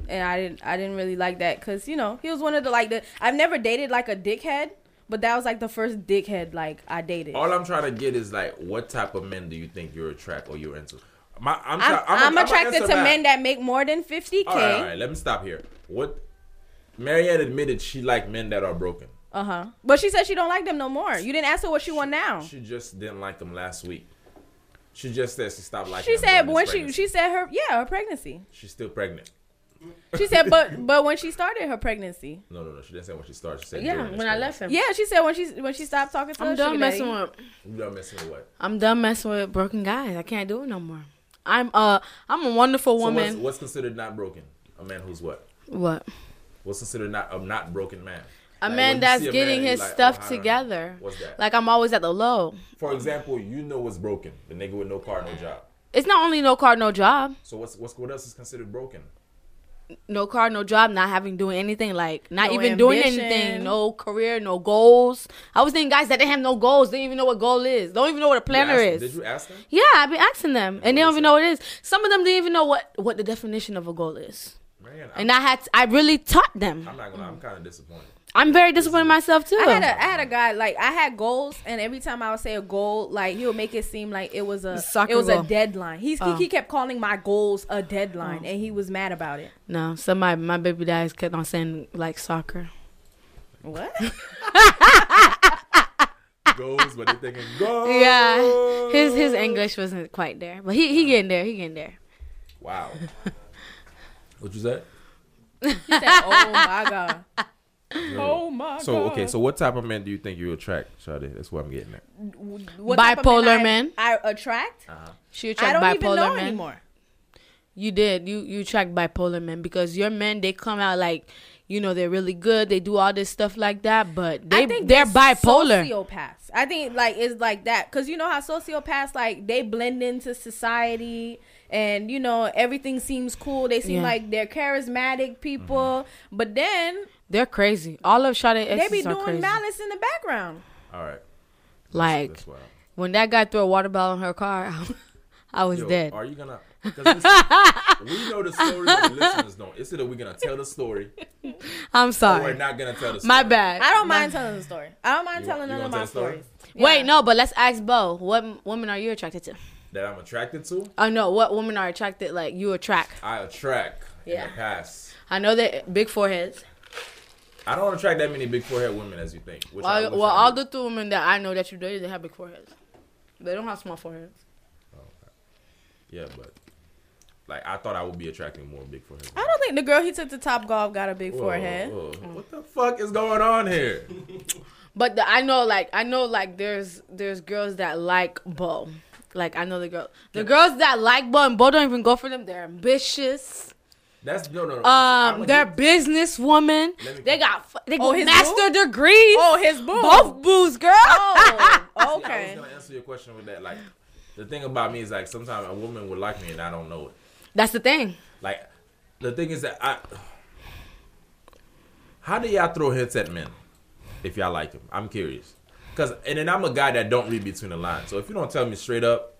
And I didn't I didn't really like that because you know he was one of the like the I've never dated like a dickhead, but that was like the first dickhead like I dated. All I'm trying to get is like, what type of men do you think you're attract or you're into? My, I'm, I'm, try- I'm, I'm, a- attracted I'm to men that make more than 50k. All right, all right, let me stop here. What? Marianne admitted she liked men that are broken. Uh Uh-huh. huh. But she said she don't like them no more. You didn't ask her what she want now. She just didn't like them last week. She just said she stopped liking. She them said during this when she pregnancy. she said her yeah her pregnancy. she's still pregnant. She said but but when she started her pregnancy. No, no, no. She didn't say when she started. She said Yeah, during this when I left pregnancy. him. Yeah, she said when she when she stopped talking to her. I'm done sugar messing daddy. with. You done messing with what? I'm done messing with broken guys. I can't do it no more. I'm uh I'm a wonderful So what's, woman. what's considered not broken? A man who's what? what? What's considered not a not broken man? Like, A when man you that's see a man getting and you his like, oh, I stuff don't know. together. What's that? Like I'm always at the low. For example, you know what's broken. The nigga with no car, no job. It's not only no car, no job. So what's what's what else is considered broken? No car, no job. Not having doing anything. Like not No even doing ambition. anything. No career, no goals. I was dating guys that didn't have no goals. They didn't even know what goal is. Don't even know what a You planner asked- is. Did you ask them? Yeah, I've been asking them, and they what is don't even it? know what it is. Some of them didn't even know what what the definition of a goal is. Man, I'm, And I had to, I really taught them. I'm not gonna. I'm kind of disappointed. I'm very disappointed in myself too. I had a I had a guy like I had goals and every time I would say a goal like he would make it seem like it was a Soccer it was goal. a deadline. He's, Oh. He he kept calling my goals a deadline and he was mad about it. no, somebody my baby daddies kept on saying like soccer. What? Goals, but they thinking goals. Yeah, his his English wasn't quite there, but he he getting there. He getting there. Wow. What you said? He said, oh my god. Oh my So god. okay. So what type of man do you think you attract, Shadi? That's what I'm getting at. What type of Bipolar I- man. I attract. She I attract don't even bipolar know man. anymore. You did. You you attract bipolar men because your men they come out like, you know, they're really good. They do all this stuff like that, but they I think they're bipolar. Sociopaths. I think like it's like that because you know how sociopaths like they blend into society and you know everything seems cool. They seem Yeah. like they're charismatic people, but then They're crazy. All of Shawty exes they be are doing crazy. malice in the background. All right. like That's wild. when that guy threw a water bottle in her car, I was Yo, dead. Are you gonna? 'cause listen, we know the story, but the listeners don't. It's either we're gonna tell the story I'm or oh, we're sorry. not gonna tell the story. My bad. I don't mind telling the story. I don't mind You telling want- you none of want my to tell the stories. story? Wait, no, but let's ask Bo. What m- women are you attracted to? That I'm attracted to, Oh no, what women are attracted like you attract? I attract in Yeah. the past. I know that big foreheads. I don't attract that many big forehead women as you think. Which I Well, wish well, I all did. the two women that I know that you dated, they have big foreheads. They don't have small foreheads. yeah, but like I thought I would be attracting more big forehead. I don't think the girl he took to Top Golf got a big forehead. Mm. What the fuck is going on here? But the, I know, like, I know, like, there's there's girls that like Bo. Like, I know the girl, the girls that like Bo and Bo don't even go for them. They're ambitious. That's no, no. no. Um, I'm they're gonna- business women. Let me- They got f- they Oh, got his master degrees. Oh, his boo. both boobs, girl. Oh, See, I okay. was gonna answer your question with that. Like, the thing about me is like sometimes a woman would like me and I don't know it. That's the thing. Like, the thing is that I. How do y'all throw hints at men if y'all like them? I'm curious. Cause and then I'm a guy that don't read between the lines. So if you don't tell me straight up,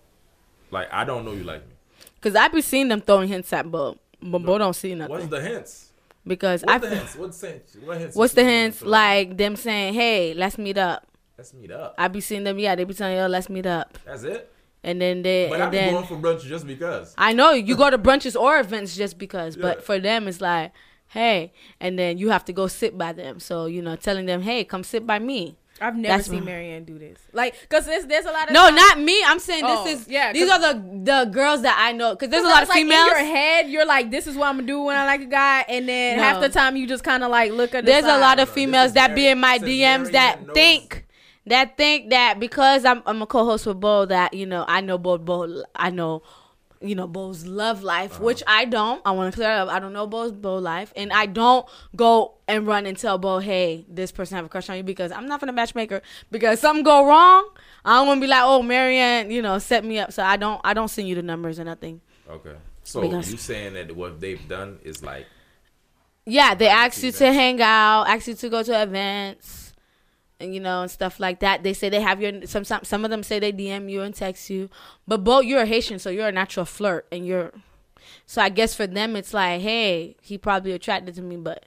like I don't know you like me. Cause I be seeing them throwing hints at Bo, but Bo don't see nothing What's the hints? because I. What's the hints? What's the hints? What hints? What's you the see when you hints? throw- Like them saying, "Hey, let's meet up." let's meet up. I be seeing them. Yeah, they be telling you, "Let's meet up," That's it. and then they But I and be then going for brunch just because. I know you go to brunches or events just because, Yeah. but for them it's like, "Hey," and then you have to go sit by them. So you know, telling them, "Hey, come sit by me." I've never That's seen wrong. Marianne do this. Like, cause there's, there's a lot of No, not me. I'm saying Oh, this is yeah, These 'cause- are the the girls that I know because there's a lot of Sometimes, like, females. In your head, you're like, "This is what I'm gonna do when I like a guy," and then No. half the time you just kind of like look at. There's a lot of No, this females is that be very- in my this is DMs very that knows- think that think that because I'm I'm a co-host with Bo that you know I know Bo Bo I know you know Bo's love life, Uh-huh. which I don't. I want to clear up. I don't know Bo's Bo life, and I don't go and run and tell Bo, "Hey, this person have a crush on you," because I'm not gonna matchmaker. Because something go wrong, I don't want to be like, "Oh, Marianne, you know, set me up." So I don't I don't send you the numbers or nothing. Okay. So Because- you saying that what they've done is like Yeah, they Like, ask to you to events. hang out, ask you to go to events, and you know, and stuff like that. They say they have your some some, some of them say they DM you and text you, but both you're a Haitian, so you're a natural flirt, and you're. So I guess for them it's like, hey, he probably attracted to me, but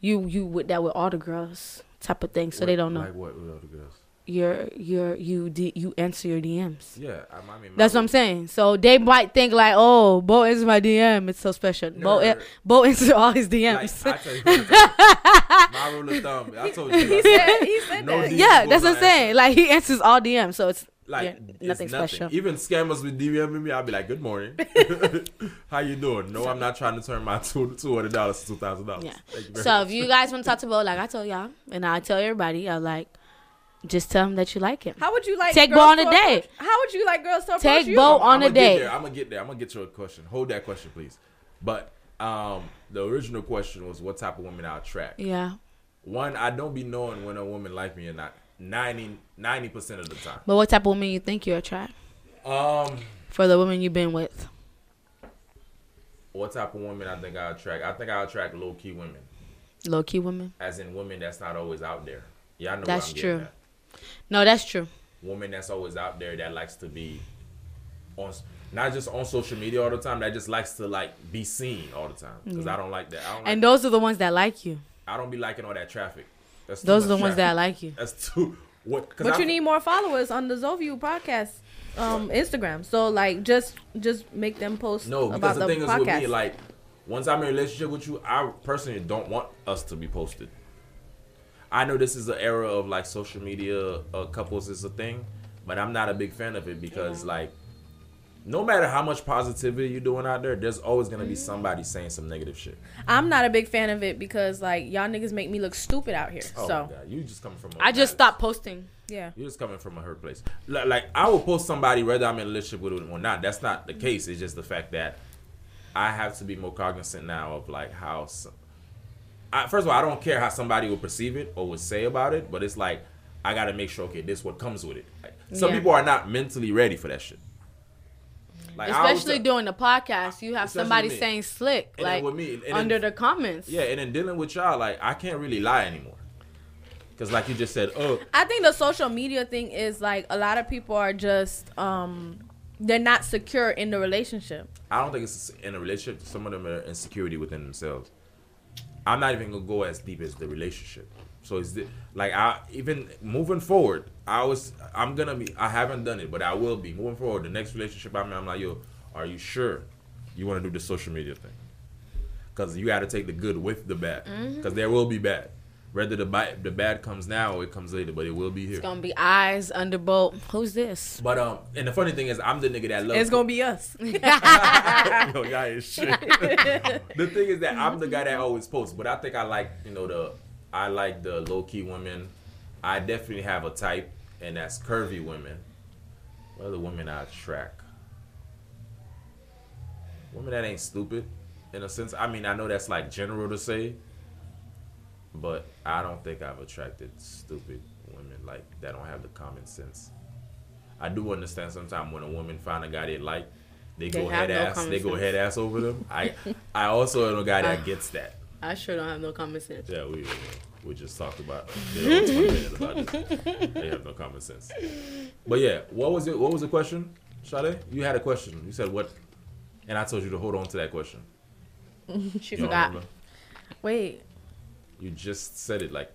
you you with that with all the girls type of thing, so they what- don't know Like what with other girls? you're you're you d- you answer your DMs. Yeah, I, I mean my That's what I'm saying. So they might think like, oh, Bo is my DM. It's so special. No, Bo no, no. Bo answers all his Like, DMs. I tell you my rule of thumb. I told you. He said, he said No that. D- Uh, yeah, Goes that's what on I'm saying. answer. Like he answers all DMs, so it's like yeah, it's nothing special. Even scammers with DMing me, I'll be like, "Good morning, how you doing?" No, I'm not trying to turn my two two hundred dollars to two thousand dollars. Yeah. So if you guys want to talk to Bo, like I told y'all, and I tell everybody, I like just tell him that you like him. How would you like Take girls Bo on to a date. approach- How would you like girls to approach Take you? Bo on a I'm date. I'm gonna get there. I'm gonna get your question. Hold that question, please. But um, the original question was, "What type of women I attract?" Yeah, One, I don't be knowing when a woman like me or not. 90 percent of the time. but what type of woman you think you attract Um, for the women you've been with? what type of women I think I attract? I think I attract low key women, Low key women. as in women that's not always out there. Yeah, I know. where That's I'm getting true. at. No, that's true. Woman that's always out there that likes to be on, s- not just on social media all the time. That just likes to like be seen all the time. Because I don't like that. I don't. Like, And those are the ones that like you. I don't be liking all that traffic. That's too Those are much the ones that traffic. like you. That's too. What? 'cause But I- you need more followers on the Zoview podcast um, Instagram. So like, just just make them post No, because about the, the, thing podcast. is with me, like, once I'm in a relationship with you, I personally don't want us to be posted. I know this is the era of like social media uh, couples is a thing, but I'm not a big fan of it because like, no matter how much positivity you're doing out there, there's always gonna be Mm-hmm. somebody saying some negative shit. I'm not a big fan of it because like y'all niggas make me look stupid out here. Oh so my god, you just coming from. a- I just stopped posting. yeah. You're just coming from a hurt place. Like, like I will post somebody whether I'm in a relationship with them or not. That's not the case. It's just the fact that I have to be more cognizant now of like how. s I first of all, I don't care how somebody will perceive it or would say about it, but it's like I gotta make sure. Okay, this what comes with it. Like, some Yeah. people are not mentally ready for that shit. Like, I always Especially tell- during the podcast, you have Especially somebody me. saying slick, And then like with me, and then- under the comments. Yeah, and then dealing with y'all, like I can't really lie anymore, because like you just said, oh, I think the social media thing is like a lot of people are just um they're not secure in the relationship. I don't think it's in a relationship. Some of them are insecurity within themselves. I'm not even gonna go as deep as the relationship. So it's the, like I even moving forward. I was I'm gonna be. I haven't done it, but I will be moving forward. The next relationship I'm in, I'm like, yo, are you sure you want to do the social media thing? Because you got to take the good with the bad. Because there will be bad. Whether the bad, the bad comes now or it comes later, but it will be here. It's gonna be eyes under bolt. Who's this? But um, and the funny thing is, I'm the nigga that loves. It's gonna be us. Yo, y'all is shit. the thing is that I'm the guy that always posts, but I think I like you know the I like the low key women. I definitely have a type, and that's curvy women. What other women I attract? Women that ain't stupid, in a sense. I mean, I know that's like general to say, but I don't think I've attracted stupid women like that don't have the common sense. I do understand sometimes when a woman find a guy they like, they, They go have head no ass, common they go sense. head ass over them. I I also know a guy that gets that. I sure don't have no common sense. Yeah, we we just talked about they all commented about this. They have no common sense. But yeah, what was it? What was the question, Sade? You had a question. You said what? And I told you to hold on to that question. She You don't forgot. remember? Wait, You just said it like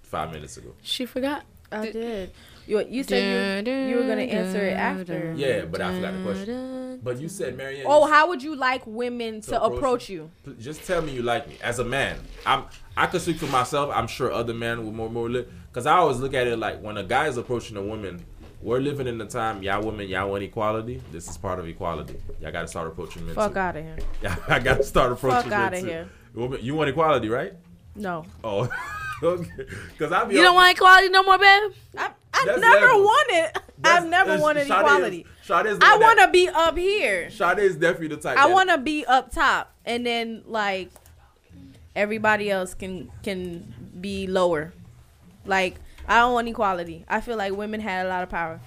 five minutes ago. She forgot. I did. You you said you, you were gonna answer it after. Yeah, but I forgot the question. But you said Marianne. Oh, how would you like women to, To approach approach, you. you? Pl- just tell me you like me as a man. I'm I could speak for myself. I'm sure other men will more more live because I always look at it like when a guy is approaching a woman, we're living in the time y'all women y'all want equality. This is part of equality. Y'all got to start approaching men. Fuck too. out of here. I got to start approaching Fuck men outta too. here. Woman, you want equality, right? No, Oh, okay. Because I be You don't want equality no more, babe. I, I've That's never level. wanted. I've never wanted equality. Sade's I want to be up here. Sade is definitely the type. I that- want to be up top, and then like everybody else can can be lower. Like I don't want equality. I feel like women had a lot of power,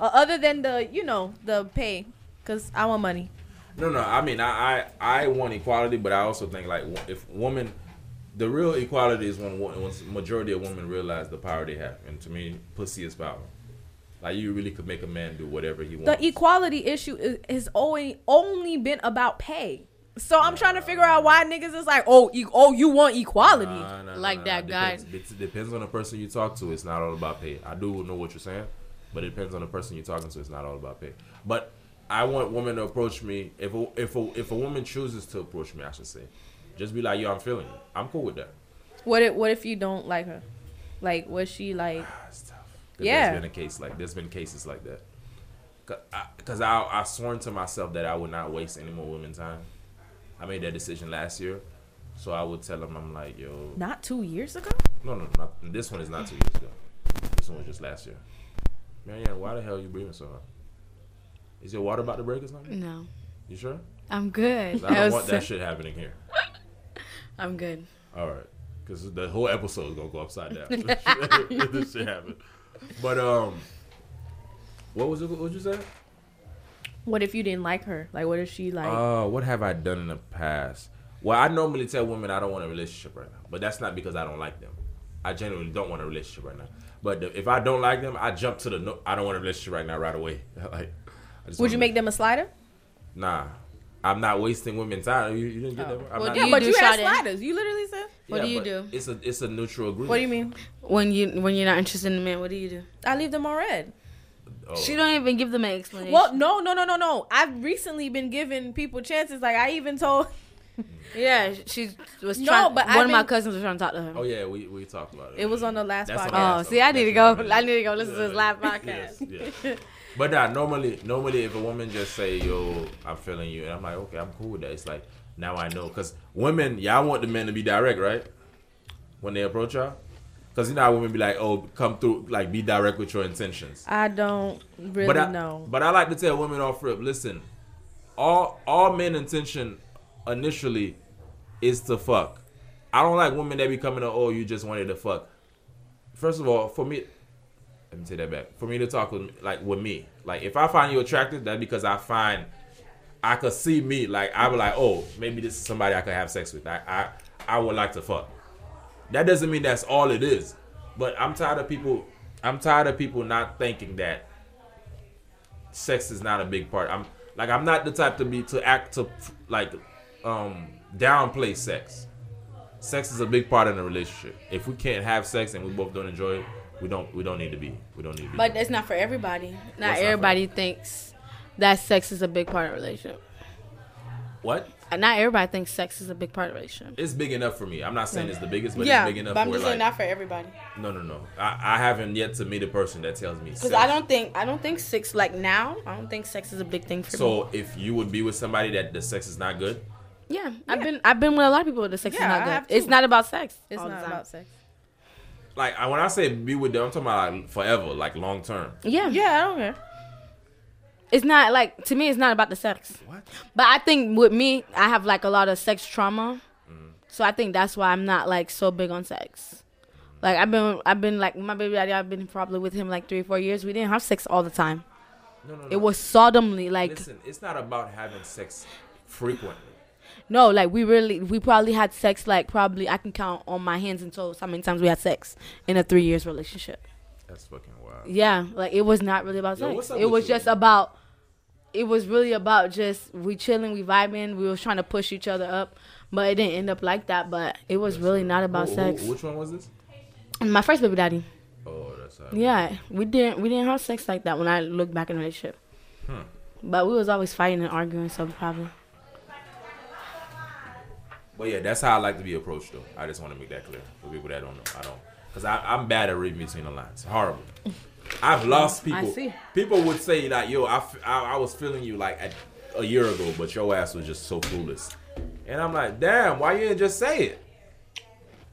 uh, other than the you know the pay, because I want money. No, no. I mean, I, I, I want equality, but I also think like wo- if woman, the real equality is when, wo- when majority of women realize the power they have, and to me, pussy is power. Like you really could make a man do whatever he wants. The equality issue is, has only only been about pay. So I'm trying to figure out why niggas is like, oh, e- oh, you want equality? Nah, nah, Like that guy. Depends, it depends on the person you talk to. It's not all about pay. I do know what you're saying, but it depends on the person you're talking to. It's not all about pay. But I want women to approach me if a, if a, if a woman chooses to approach me, I should say, just be like, yo, I'm feeling you. I'm cool with that. What if what if you don't like her? Like, was she like? That's Ah, tough. 'Cause Yeah. There's been a case like there's been cases like that. Because I, I, sworn to myself that I would not waste any more women's time. I made that decision last year, so I would tell them I'm like, yo, Not two years ago. no, no, not, this one is not two years ago. This one was just last year. Marianne, why the hell are you breathing so hard? Is your water about to break or something? No, You sure? I'm good. 'Cause I don't was- want that shit happening here. I'm good. All right, because the whole episode is gonna go upside down. if this shit happened. But um, what was it? What you say? What if you didn't like her? Like, what if she like? Uh, what have I done in the past? Well, I normally tell women I don't want a relationship right now, but that's not because I don't like them. I genuinely don't want a relationship right now. But the, if I don't like them, I jump to the no, I don't want a relationship right now right away. like, I just would wanna you be- make them a slider? Nah, I'm not wasting women's time. You, you didn't get that. One? I'm Well, not- do you- Yeah, but do had shot-in. sliders. You literally said. What do you but do? It's a it's a neutral agreement. What do you mean? When you when you're not interested in a man, what do you do? I leave them on red. Oh. She don't even give them an explanation. Well, no, no, no, no, no. I've recently been giving people chances. Like I even told. yeah, she was No, trying. but one I of my mean- cousins was trying to talk to her. Oh yeah, we, we talked about it. It was on the last That's on the podcast. Oh, last see, I one. need to go. That's what it I is. need to go listen to this Yeah. live Yes, podcast. yeah. But nah, normally, normally if a woman just say, "Yo, I'm feeling you," and I'm like, "Okay, I'm cool with that," it's like now I know because women, y'all want the men to be direct, right? When they approach y'all, because you know how women be like, "Oh, come through," like be direct with your intentions. I don't really but I know. but I like to tell women off rip. Listen, all all men intention initially is to fuck. I don't like women that be coming to oh you just wanted to fuck. First of all, for me, let me take that back. For me to talk with like with me, like if I find you attractive, that's because I find I could see me like I be like oh maybe this is somebody I could have sex with. I I, I would like to fuck. That doesn't mean that's all it is. But I'm tired of people. I'm tired of people not thinking that sex is not a big part. I'm like I'm not the type to be to act to like um downplay sex. Sex is a big part in a relationship. If we can't have sex and we both don't enjoy it, we don't we don't need to be. We don't need to be. But it's not for everybody. Not not for everybody thinks that sex is a big part of a relationship. what? And Not everybody thinks sex is a big part of a relationship. It's big enough for me. I'm not saying it's the biggest, but Yeah, it's big enough But I'm for just saying like not for everybody. no no no. I, I haven't yet to meet a person that tells me. Because sex- I don't think I don't think sex like now. I don't think sex is a big thing for me. So if you would be with somebody that the sex is not good, Yeah, I've been I've been with a lot of people. where The sex is Yeah, I not have good. It's too. not about sex. It's all the not time. about sex. like I, when I say be with them, I'm talking about like forever, like long term. Yeah, Yeah, I don't care. It's not like to me. It's not about the sex. What? But I think with me, I have like a lot of sex trauma, Mm-hmm. so I think that's why I'm not like so big on sex. Like I've been, I've been like my baby daddy. I've been probably with him like three, four years. We didn't have sex all the time. No no no. It was sodomly like Listen, it's not about having sex frequently. no, like we really, we probably had sex like probably I can count on my hands and toes how many times we had sex in a three years relationship. That's fucking wild. Yeah, like it was not really about Yo, sex. what's up it with was you? just about. It was really about just we chilling, we vibing, we was trying to push each other up, but it didn't end up like that. But it was really not about Who- who- sex. which one was this? And my first baby daddy, Oh, that's how. yeah, we didn't we didn't have sex like that when I look back in the relationship. Hmm. But we was always fighting and arguing, so probably. But yeah, that's how I like to be approached, though. I just want to make that clear for people that don't know. I don't, cause I, I'm bad at reading between the lines. Horrible. I've lost people. see. People would say like, "Yo, I, f- I- I was feeling you like a, a year ago, but your ass was just so clueless." And I'm like, "Damn, why you didn't just say it?"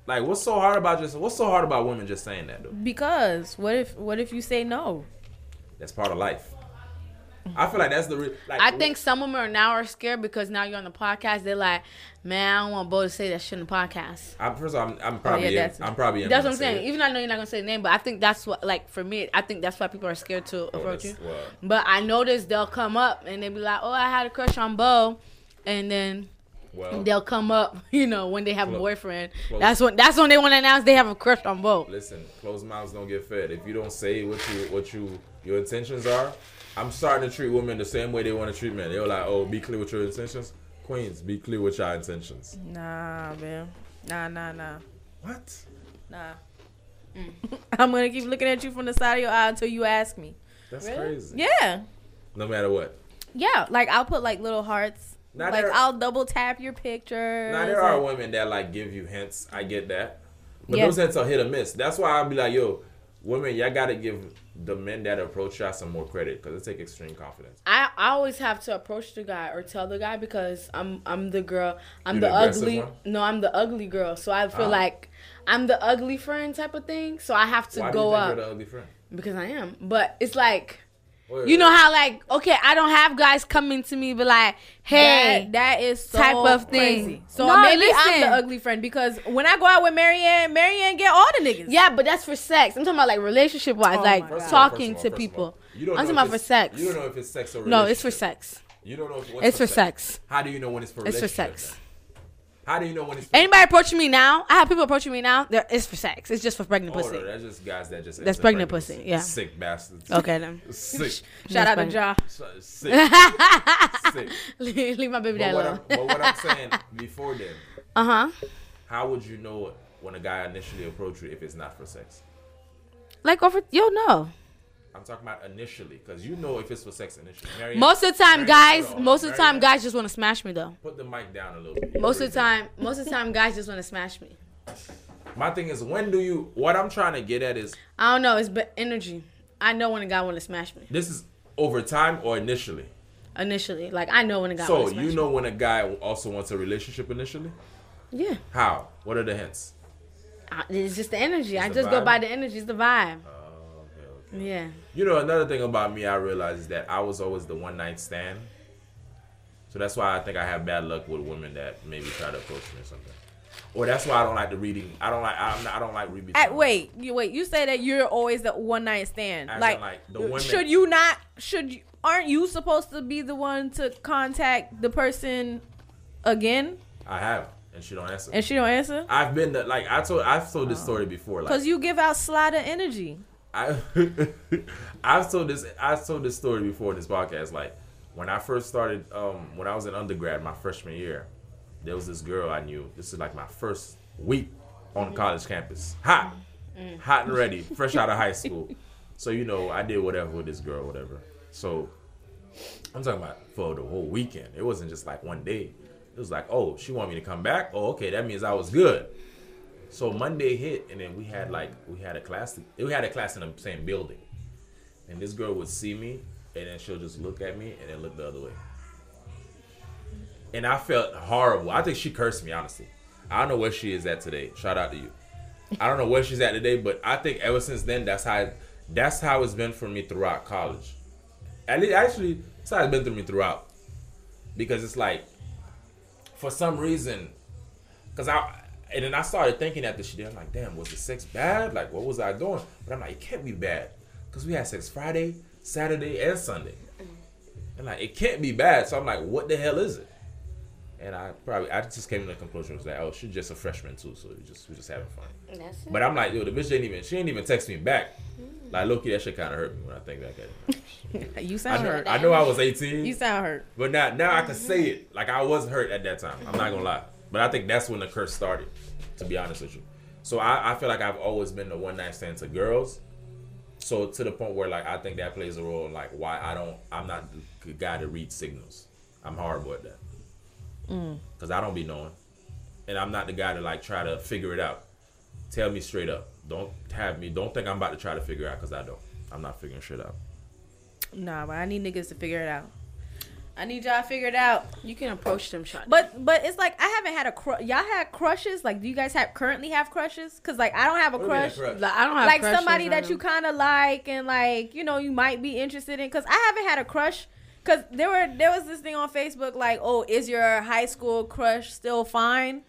Like, what's so hard about just what's so hard about women just saying that though? Because what if what if you say no? That's part of life. I feel like that's the re- like. I think some women are now are scared because now you're on the podcast. They're like, man, I don't want Bo to say that shit in the podcast. I'm, first of all, I'm, I'm probably yeah, in- that's- I'm probably in Oh, That's what I'm gonna say saying. it. Even I know you're not gonna say the name, but I think that's what like for me, I think that's why people are scared to Oh, approach you. that's- well, But I notice they'll come up and they'll be like, "Oh, I had a crush on Bo," and then well, they'll come up, you know, when they have a Close. boyfriend. Close. That's when that's when they want to announce they have a crush on Bo. Listen, closed mouths don't get fed. If you don't say what you what you your intentions are, I'm starting to treat women the same way they want to treat men. They're like, oh, be clear with your intentions. Queens, be clear with your intentions. Nah, man. Nah, nah, nah, What? nah. I'm gonna keep looking at you from the side of your eye until you ask me. That's crazy. Yeah, No matter what. yeah. Like I'll put like little hearts. Now like there- I'll double tap your picture. Now there are women that like give you hints. I get that, but Yeah. those hints are hit or miss. That's why I'll be like, yo, women, y'all gotta give the men that approach y'all some more credit because it take extreme confidence. I, I always have to approach the guy or tell the guy because I'm I'm the girl. I'm You the, the aggressive ugly. one? No, I'm the ugly girl. So I feel Ah. like I'm the ugly friend type of thing. So I have to why go do you up think you're the ugly friend? because I am. But it's like. Wait, You know how like okay, I don't have guys coming to me be like, hey, That- that is so type of thing. crazy. So No, maybe I'm listen. the ugly friend because when I go out with Marianne, Marianne get all the niggas. yeah, but that's for sex. I'm talking about like relationship wise, Oh like my God. First of all, talking first to of all, first of all, people. You don't I'm talking know if about for it's- sex. You don't know if it's sex or No, it's for relationship. sex. You don't know if what's It's for sex. How do you know when it's for It's for relationship, sex. then? How do you know when it's for Anybody approaching me now? I have people approaching me now. They're, it's for sex. It's just for pregnant Oh, pussy. no, that's just guys that just That's accept pregnant pussy, yeah. Oh. Sick bastards. Okay then. Sick. Shout out to That's Ja. So- Sick. Sick. leave, leave my baby But dad what, I'm, alone. but what I'm saying before then, Uh huh. how would you know when a guy initially approached you if it's not for sex? Like over, you'll know. I'm talking about initially, because you know if it's for sex initially. Marianne, Most of the Marianne, time, guys. hold on. Most of the time, Marianne, guys just want to smash me though. Put the mic down a little bit. You're Most of the breathing. time, most of the time, guys just want to smash me. My thing is, when do you? What I'm trying to get at is, I don't know. It's be- energy. I know when a guy want to smash me this is over time or initially. initially. Like I know when a guy. So wanna smash you know when a guy also wants a relationship initially? Me. Yeah. How? What are the hints? I- It's just the energy. I the just go vibe. by the energy. It's the vibe. Oh, okay, okay. Yeah. You know, another thing about me I realized is that I was always the one night stand So that's why I think I have bad luck with women that maybe try to approach me or something. Or that's why I don't like the reading. I don't like. I'm not, I don't like reading. At, wait, you wait. You say that you're always the one night stand. As in, Like, like, the women- should you not? Should you, aren't you supposed to be the one to contact the person again? I have, and she don't answer. And she don't answer Oh. I've been the, like I told. I've told this story before. Like because you give out slider energy. I I've told this I've told this story before in this podcast. Like when I first started, um, when I was in undergrad my freshman year, there was this girl I knew. This is like my first week on college campus. Hot. Hot and ready, fresh out of high school. So you know, I did whatever with this girl, whatever. So I'm talking about for the whole weekend. It wasn't just like one day. It was like, oh, she wanted me to come back. Oh, okay, that means I was good. So Monday hit, and then we had like we had a class. We had a class in the same building, and this girl would see me, and then she'll just look at me, and then look the other way. And I felt horrible. I think she cursed me. Honestly, I don't know where she is at today. Shout out to you. I don't know where she's at today, but I think ever since then, that's how that's how it's been for me throughout college. At least, actually, that's how it's been through me throughout, because it's like, for some reason, Cause I and then I started thinking after she did. I'm like, damn, was the sex bad? Like, what was I doing? But I'm like, it can't be bad, cause we had sex Friday, Saturday, and Sunday. And like, it can't be bad. So I'm like, what the hell is it? And I probably I just came to the conclusion was like, oh, she's just a freshman too, so we just we just having fun. That's it. Mm. But I'm like, yo, the bitch didn't even she didn't even text me back. Like, Loki, that shit kind of hurt me when I think back at it. You I sound know, hurt. I know I was 18. You sound hurt. But now, now I can say it. Like I was hurt at that time. I'm not gonna lie. But I think that's when the curse started. To be honest with you, so I, I feel like I've always been the one night stand to girls. So to the point where like I think that plays a role in like why I don't I'm not the guy to read signals. I'm horrible at that. Cause I don't be knowing, and I'm not the guy to like try to figure it out. Tell me straight up. Don't have me. Don't think I'm about to try to figure out because I don't. I'm not figuring shit out. Nah, but I need niggas to figure it out. I need y'all to figure it out. You can approach them, shot. But but it's like I haven't had a crush. Y'all had crushes? Like do you guys have currently have crushes? Cause like I don't have a What do you mean a crush. crush? like, I don't have like crushes somebody right that now. you kind of like and like you know you might be interested in because i haven't had a crush because there were there was this thing on facebook like oh is your high school crush still fine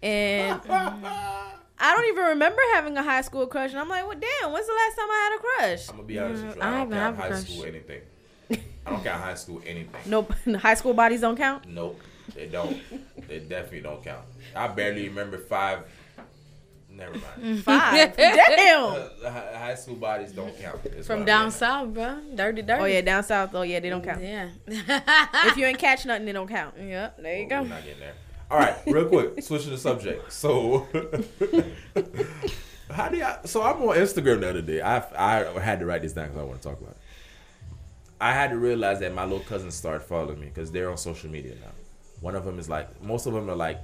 and i don't even remember having a high school crush and i'm like well damn when's the last time i had a crush I'm gonna be honest with you. I I, don't haven't count had a high crush. school anything. I don't count high school anything. nope high school bodies don't count Nope, they don't. they definitely don't count. I barely remember five. Never mind. five damn Uh, hi- high school bodies don't count. is what From I'm down getting at. south, bro. Dirty, dirty. oh yeah down south oh yeah they don't count Yeah. if you ain't catch nothing they don't count yep. There you We're not getting there. All right, real quick, switching the subject. So, how do y'all, so I'm on Instagram the other day. I I had to write this down because I want to talk about it. I had to realize that my little cousins started following me because they're on social media now. One of them is like, most of them are like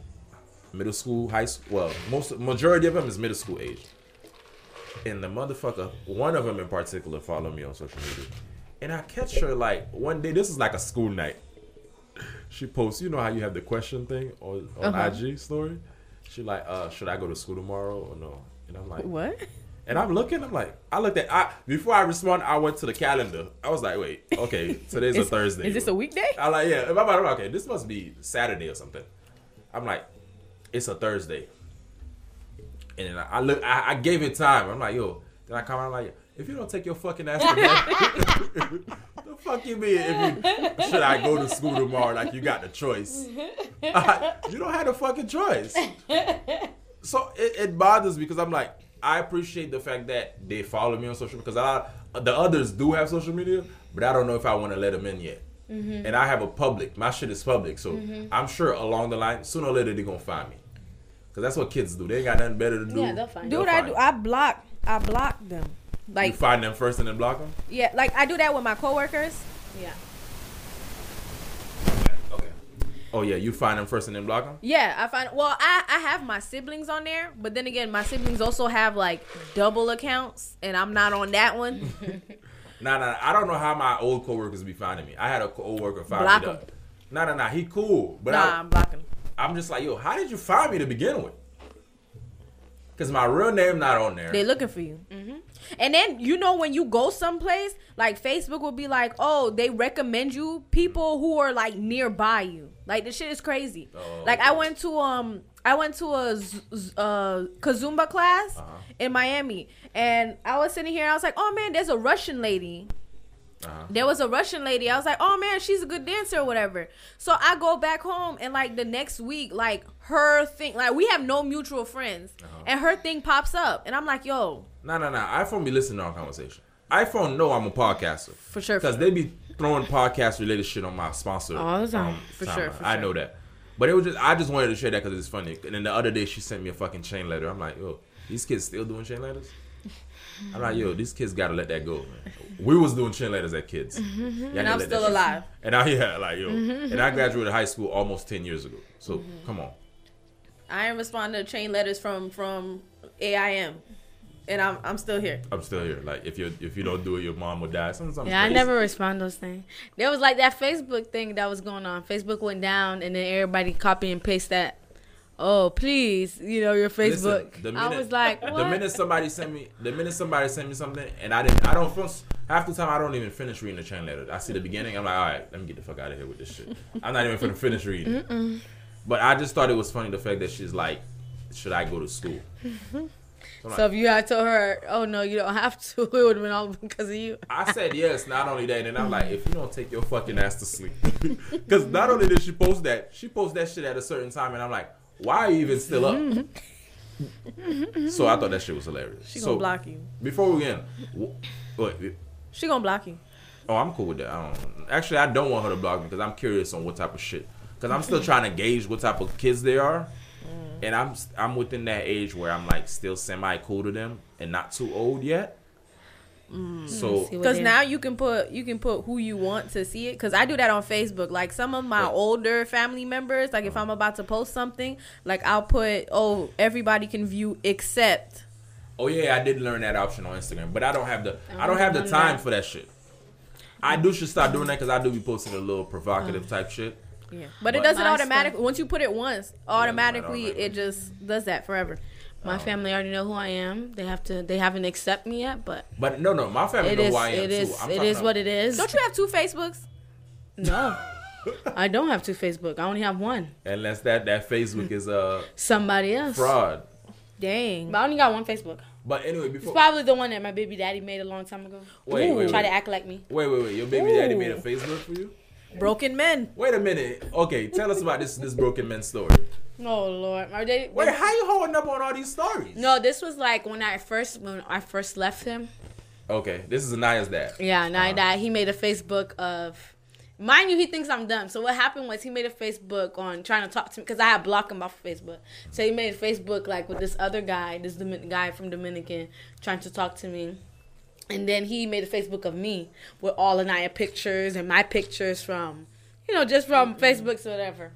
middle school, high school. Well, most majority of them is middle school age. And the motherfucker, one of them in particular, followed me on social media. And I catch her like one day. This is like a school night. She posts, you know how you have the question thing on, Uh-huh. on IG story. She like, uh, should I go to school tomorrow or no? And I'm like, what and I'm looking, I'm like, I looked at I before I respond, I went to the calendar. I was like, wait, okay, today's a Is- Thursday. is this a weekday I like, yeah. In my mind, I'm like, okay, this must be Saturday or something. I'm like, it's a Thursday. And then I, I look, I, I gave it time. I'm like, yo. Then I come out I'm like, if you don't take your fucking ass to bed, the fuck you mean? If you, should I go to school tomorrow? Like you got the choice. you don't have the fucking choice. So it, it bothers me because I'm like, I appreciate the fact that they follow me on social because I the others do have social media, but I don't know if I want to let them in yet. Mm-hmm. And I have a public, my shit is public, so I'm sure along the line, sooner or later they gonna find me, because that's what kids do. They ain't got nothing better to do. Yeah, they'll find do what i do i block i block them you like find them first and then block them. yeah like i do that with my coworkers Yeah. Okay. Oh yeah, you find them first and then block them. Yeah, I find well, I I have my siblings on there, but then again, my siblings also have like double accounts, and I'm not on that one. Nah, nah, I don't know how my old coworkers be finding me. I had a coworker find Block me. 'em. the- Nah, nah, nah. He cool, but nah, I, I'm blocking. I'm just like, yo, how did you find me to begin with? Cause my real name not on there. They looking for you. Mm-hmm. And then you know when you go someplace, like Facebook will be like, "Oh, they recommend you people who are like nearby you." Like this shit is crazy. Oh, like I okay. went to um I went to a z- z- uh, Kazumba class Uh-huh. in Miami, and I was sitting here. and I was like, "Oh man, there's a Russian lady." Uh-huh. There was a Russian lady. I was like, "Oh man, she's a good dancer or whatever." So I go back home and like the next week, like her thing, like we have no mutual friends, and her thing pops up, and I'm like, "Yo, No, no, no. iPhone be listening to our conversation. iPhone know I'm a podcaster. For sure, for Because they be throwing podcast related shit on my sponsor. All the time. for sure, for I sure. know that. But it was just I just wanted to share that because it's funny. And then the other day she sent me a fucking chain letter. I'm like, yo, these kids still doing chain letters? I'm like, yo, these kids gotta let that go, man. We was doing chain letters at kids. And I'm still alive." And I yeah, like yo. And I graduated high school almost ten years ago. So come on. I ain't responded to chain letters from from AIM, and I'm I'm still here. I'm still here. Like if you if you don't do it, your mom will die. Something, something Yeah, I crazy. never respond those things. There was like that Facebook thing that was going on. Facebook went down, and then everybody copy and paste that. Oh, please, you know your Listen, Facebook. the I minute- was like, what? The minute somebody sent me, the minute somebody sent me something, and I didn't, I don't first half the time I don't even finish reading the chain letter. I see the beginning, I'm like, all right, let me get the fuck out of here with this shit. I'm not even gonna finish reading. But I just thought it was funny the fact that she's like, should I go to school? so if you had told her, oh no, you don't have to, it would have been all because of you. I said yes. Not only that, and I'm like, if you don't take your fucking ass to sleep, because not only did she post that, she posted that shit at a certain time, and I'm like, why are you even still up? so I thought that shit was hilarious. Mm-hmm. She so, gonna block you. Before we end, w- wait. She gonna block you. Oh, I'm cool with that. I don't, actually, I don't want her to block me because I'm curious on what type of shit. Because I'm still trying to gauge what type of kids they are, Mm. and I'm s- I'm within that age where I'm like still semi cool to them and not too old yet. So Mm. See what Cause they- now you can put you can put who you want to see it. Cause I do that on Facebook. Like some of my Right. older family members, like if I'm about to post something, like I'll put oh everybody can view except Oh yeah, I did learn that option on Instagram, but I don't have the I I don't have the learned time that. for that shit. I do should start doing that because I do be posting a little Mm. provocative type shit. yeah. But it But- doesn't My automatically stuff. once you put it once, automatically automatically. it just does that forever. Oh. my family already know who I am. They have to. They haven't accept me yet, but But no, no, my family it know is. who I am It too. is. I'm It talking is about- what it is. Don't you have two Facebooks? No, I don't have two Facebook. I only have one. Unless that that Facebook is a Somebody else. fraud. Dang. But I only got one Facebook. But anyway, It's before probably the one that my baby daddy made a long time ago. Wait, wait, Try wait. to act like me. wait, wait, wait, your baby daddy made a Facebook for you. Broken men. Wait a minute. Okay, tell us about this this broken man story. Oh Lord, my daddy. Wait, how you holding up on all these stories? No, this was like when I first when I first left him. Okay, this is Anaya's dad. Yeah, and I Uh-huh. died. He made a Facebook of, mind you, he thinks I'm dumb. So what happened was he made a Facebook on trying to talk to me because I had blocked him off of Facebook. So he made a Facebook like with this other guy, this Domin- guy from Dominican, trying to talk to me. And then he made a Facebook of me with all Anaya pictures and my pictures from, you know, just from Mm-hmm. Facebooks or whatever.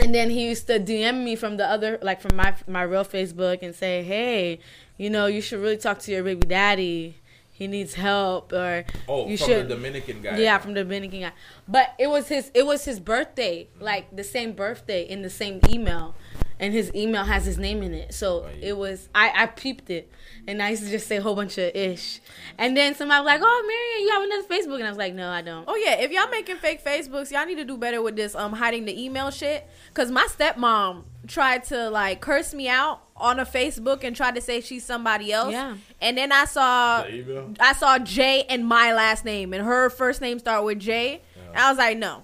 And then he used to DM me from the other, like from my my real Facebook, and say, "Hey, you know, you should really talk to your baby daddy. He needs help, or Oh, you from should." the Dominican guy. yeah, from the Dominican guy. But it was his it was his birthday, like the same birthday in the same email, and his email has his name in it. So Oh, yeah. it was I I peeped it, and I used to just say a whole bunch of ish, and then somebody was like, "Oh, Marion, you have another Facebook," and I was like, "No, I don't." Oh yeah, if y'all making fake Facebooks, y'all need to do better with this um hiding the email shit. Cause my stepmom tried to like curse me out on a Facebook and tried to say she's somebody else. Yeah. And then I saw The email? I saw J and my last name and her first name start with J. And I was like, no,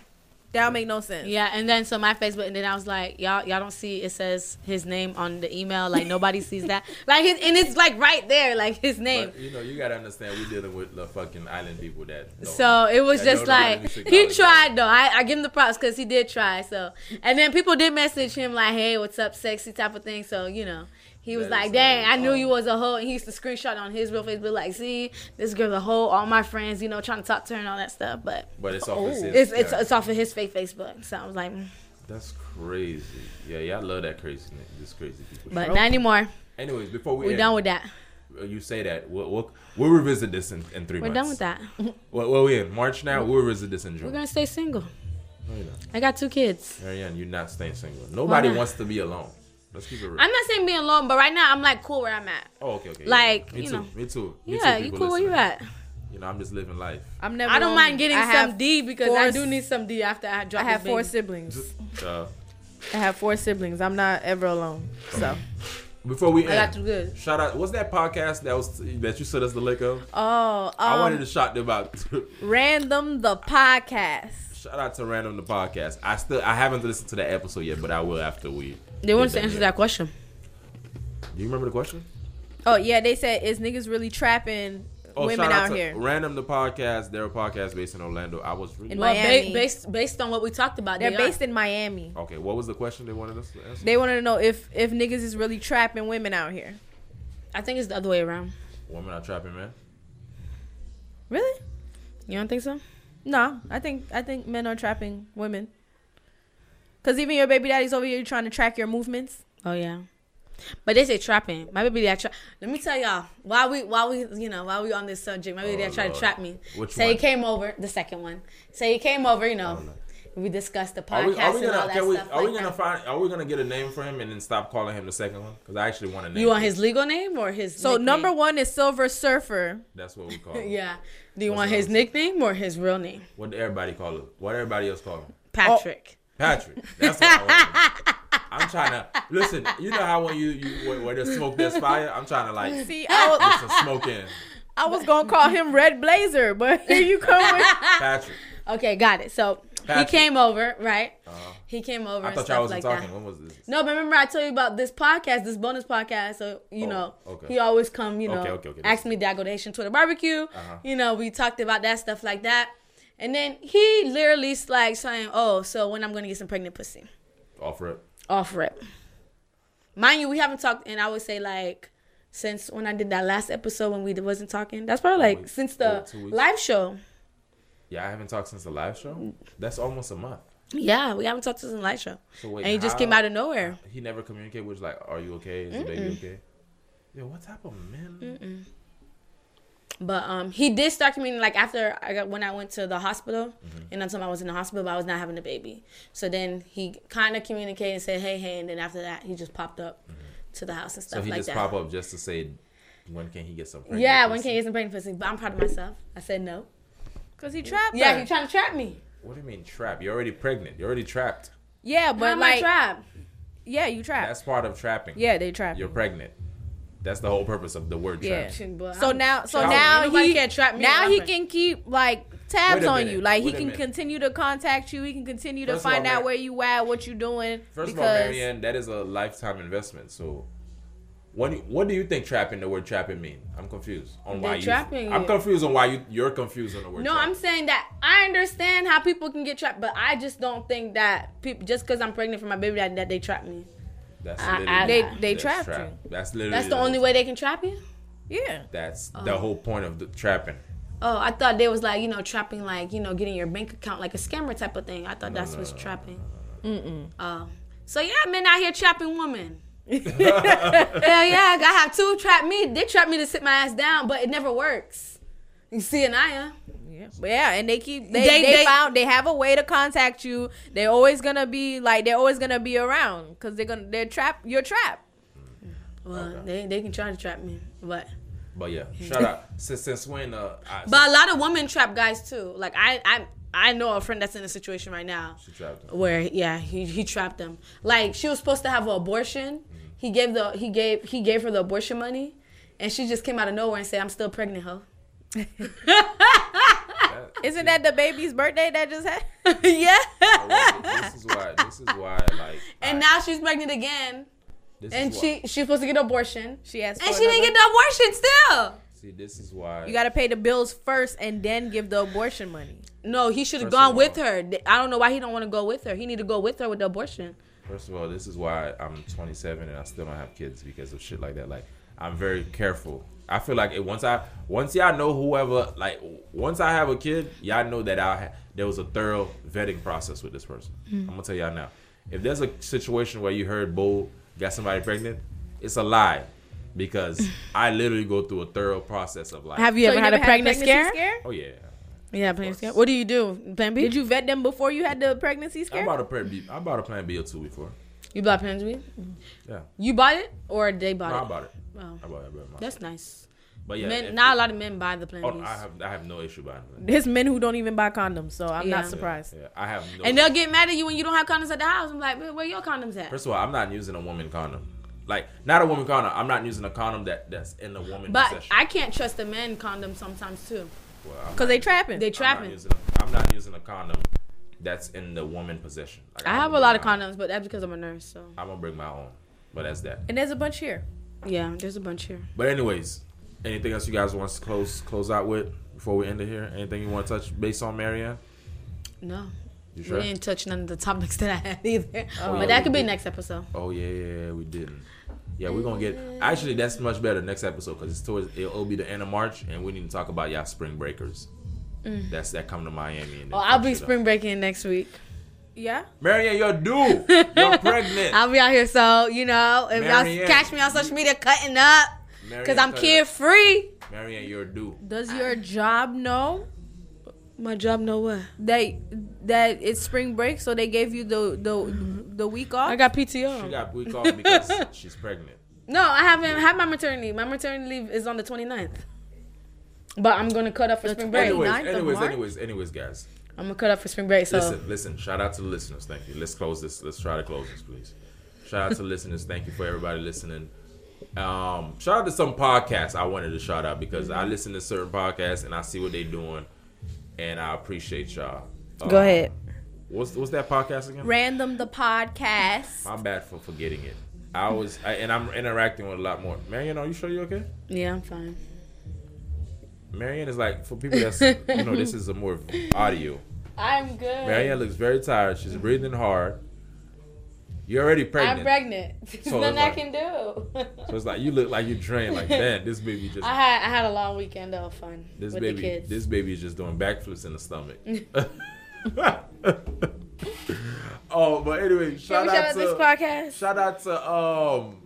that'll make no sense. Yeah, and then so my Facebook, and then I was like, y'all, y'all don't see it says his name on the email, like nobody sees that, like his, and it's like right there, like his name. But, you know, you gotta understand we dealing with the fucking island people that. don't- so it was I just know that like it's a he college tried though. I, I give him the props because he did try. So and then people did message him like, hey, what's up, sexy type of thing. So you know. He was That is like, "Dang, I amazing. knew you was a hoe." And he used to screenshot on his real Facebook, like, "See, this girl's a hoe." All my friends, you know, trying to talk to her and all that stuff. But But it's off his- it's it's, yeah. it's off of his fake Facebook. So I was like, mm. That's crazy. Yeah, yeah, I love that craziness. This crazy people. "But shit. not anymore. anyways, before we We're end, uh, done with that. you say that we'll we'll, we'll revisit this in, in 3 We're months. done with that. Well, well, we in March now. We'll revisit this in We're June. gonna stay single. No, you're not. I got two kids. Marianne, you're not staying single. Nobody not? wants to be alone. Let's keep it real. I'm not saying being alone, but right now I'm like cool where I'm at. oh, okay, okay. yeah, like, yeah. me you too. know. Me too. Me Yeah, too, you people cool where you listening. at. You know, I'm just living life. I'm never. I don't mind lonely. getting I some have- D because four I s- do need some D after I drop I have this four baby. siblings. Uh, I have four siblings. I'm not ever alone. So. before we I got you end, good. shout out. What's that podcast that was that you sent us the link of? Oh, um, I wanted to shout them out. random the podcast. shout out to Random the podcast. I still I haven't listened to that episode yet, but I will after we. They want get to answer here. that question. Do you remember the question? Oh yeah, they said is niggas really trapping women Oh, shout out, to here? Random the podcast. They're a podcast based in Orlando. I was In really Well, Miami. ba- based based on what we talked about, They're they based Are. in Miami. okay. What was the question they wanted us to answer? They wanted to know if if niggas is really trapping women out here. I think it's the other way around. Women are trapping, man. Really? You don't think so? No, I think I think men are trapping women. Cause even your baby daddy's over here trying to track your movements. Oh yeah. But they say trapping. My baby dad tra- Let me tell y'all why we why we you know why we on this subject. My baby Oh, dad tried Lord. to trap me. Which so he one? Oh, came over the second one. So he came over. You know, we discussed the podcast Are we, are we and all gonna that can we, stuff. are we like gonna that. find are we gonna get a name for him and then stop calling him the second one? Because I actually want a name. You want for him. his legal name or his? So nickname? number one is Silver Surfer. That's what we call him. Yeah. Do you What's want the his other- nickname or his real name? What did everybody call him? What everybody else call him? Oh. Patrick. Patrick. That's what I want. I'm trying to listen. You know how when you, you where, where there's smoke, there's fire. I'm trying to like See, I was, get some smoke in. I was gonna call him Red Blazer, but here you come with Patrick. Okay, got it. So Patrick. he came over, right? Uh-huh. He came over. I and thought stuff y'all wasn't like talking. That. When was this? No, but remember I told you about this podcast, this bonus podcast. So you Oh, know, okay. he always come. You know, Okay, okay, okay. ask me that go to Haitian Twitter barbecue. Uh-huh. You know, we talked about that stuff like that, and then he literally s- like saying, "Oh, so when I'm gonna get some pregnant pussy?" Offer it. Off rip. Mind you, we haven't talked, and I would say like since when I did that last episode when we wasn't talking. That's probably like week. since the Oh, two weeks. live show. Yeah, I haven't talked since the live show. That's almost a month. Yeah, we haven't talked to since the live show. So wait, and he just how- came out of nowhere. He never communicated. Was like, "Are you okay? Is the baby okay?" Yo, what type of man? But um, he did start communicating like after I got when I went to the hospital, Mm-hmm. and that's when I was in the hospital, but I was not having a baby. So then he kind of communicated and said, "Hey, hey," and then after that, he just popped up to the house and Mm-hmm. So stuff he like just that. pop up just to say, "When can he get some?" pregnant yeah, when pussy?" can you get some brain pussy? But I'm proud of myself. I said no. Cause he trapped Yeah, her. he trying to trap me. What do you mean trap? You're already pregnant. You're already trapped. But yeah, How but am I like, trapped? yeah, you trapped. That's part of trapping. yeah, they trapped. You're pregnant. That's the whole purpose of the word Yeah. trap. But So I'm- now, so Trapped. now Nobody he can't trap me Now when he I'm can keep like tabs Wait a on minute. you. Like he Wait a can minute. continue to contact you. He can continue to First of find all, out Mar- where you at, what you doing. First of all, because Marianne, that is a lifetime investment. So, what do you, what do you think trapping the word trapping mean? I'm confused on why They're you. trapping I'm you. confused on why you you're confused on the word. No, trap. I'm saying that I understand how people can get trapped, but I just don't think that people just because I'm pregnant for my baby that, that they trap me. That's I- literally I- They- they that's trapped trap. you. That's literally. That's the only way Oh. they can trap you. yeah, That's the whole point of the trapping. Oh, I thought they was like you know trapping like you know getting your bank account like a scammer type of thing. I thought that's what's trapping. Mm-mm. Oh, so yeah, men out here trapping women. Hell yeah, I have two trap me. They trap me to sit my ass down, but it never works. You see, and I am. yeah, but yeah, and they keep they, they, They- they- found they have a way to contact you. They're always gonna be like they're always gonna be around because they're gonna they're trapped. You're trapped. Well, Okay. they they can try to trap me, but. But yeah, shout out. Since since when? Uh, I, Hmm. But a lot of women trap guys too. Like I, I, I know a friend that's in a situation right now she trapped. him. where yeah, he he trapped them. Like she was supposed to have an abortion. He gave the he gave he gave her the abortion money, and she just came out of nowhere and said, "I'm still pregnant, huh?" That- Isn't that the baby's birthday that just happened? yeah. this is why. This is why. Like. And I- now she's pregnant again, this is and why- she she's supposed to get an abortion, She asked. and for she didn't another- get the abortion still. See, this is why. You gotta pay the bills first and then give the abortion money. No, he should have First gone of with all- her. I don't know why he don't want to go with her. He need to go with her with the abortion. First of all, this is why I'm 27 and I still don't have kids because of shit like that. Like I'm very careful. I feel like it, once I once y'all know whoever like once I have a kid, y'all know that I ha- there was a thorough vetting process with this person. Hmm. I'm gonna tell y'all now. If there's a situation where you heard Bo got somebody pregnant, it's a lie because I literally go through a thorough process of like, Have you So ever had never a pregnant pregnancy scare? oh yeah, Yeah, course. pregnancy scare. What do you do, Plan B? Did you vet them before you had the pregnancy I scare? bought a plan B. I bought a plan B or two before. You buy pants weed? Yeah. You bought it or they No, bought I it? bought it. Oh, I bought it. I bought it myself. that's nice. But yeah, if men, not you- a lot of men buy the Plan Oh, Bs. I have I have no issue buying them. There's men who don't even buy condoms, so I'm Yeah. not surprised. Yeah, yeah, I have no. and they'll get mad at you when you don't have condoms at the house. I'm like, "Where- where your condoms at? First of all, I'm not using a woman condom. Like not a woman condom. I'm not using a condom that that's in a woman But possession. I can't trust the men condoms sometimes too. Well, I'm Cause they trapping. They I'm not trapping. using a- I'm not using a condom that's in the woman possession. Like, I I'm have a gonna lot of bring my- condoms, but that's because I'm a nurse. So I'm gonna bring my own, but that's that. and there's a bunch here. yeah, there's a bunch here. But anyways, anything else you guys want to close close out with before we end it here? Anything you want to touch base on, Marianne? No, You sure? we didn't touch none of the topics that I had either. yeah, but that could we be did. next episode. Oh yeah, yeah, yeah, we didn't. Yeah, we're gonna get. Actually, that's much better next episode because it's towards. It'll be the end of March, and we need to talk about y'all spring breakers. That's that come to Miami. And Mm. Oh, I'll be spring breaking next week. Yeah. Marianne, you're due. You're pregnant. I'll be out here, so you know, if Marianne. y'all catch me on social media cutting up, cause Marianne, I'm cut it. kid free. Marianne, you're due. Does your job know My job, know what? that that it's spring break, so they gave you the the the week off? I got She PTO. got week off because she's pregnant. no, I haven't had my maternity. My maternity leave is on the 29th. But I'm gonna cut up for spring break. Anyways, 29th of anyways, March? anyways, anyways, guys. I'm gonna cut up for spring break. So Listen, listen. Shout out to the listeners. Thank you. Let's close this. Let's try to close this, please. Shout out to listeners. Thank you for everybody listening. Um, shout out to some podcasts. I wanted to shout out because Mm-hmm. I listen to certain podcasts and I see what they're doing, and I appreciate y'all. Um, Go ahead. What's what's that podcast again? Random the podcast. My bad for forgetting it. I was I, and I'm interacting with a lot more. Marion, are you sure you're okay? yeah, I'm fine. Marion is like for people that's you know this is a more audio. I'm good. Marianne looks very tired. She's breathing hard. You're already pregnant. I'm pregnant. There's So nothing it's I like- can do. So it's like you look like you drained. Like man, this baby just I had I had a long weekend of fun this with the baby kids. Mm. this baby is just doing backflips in the stomach. oh, but anyway, shout Can we out shout to out this podcast? shout out to um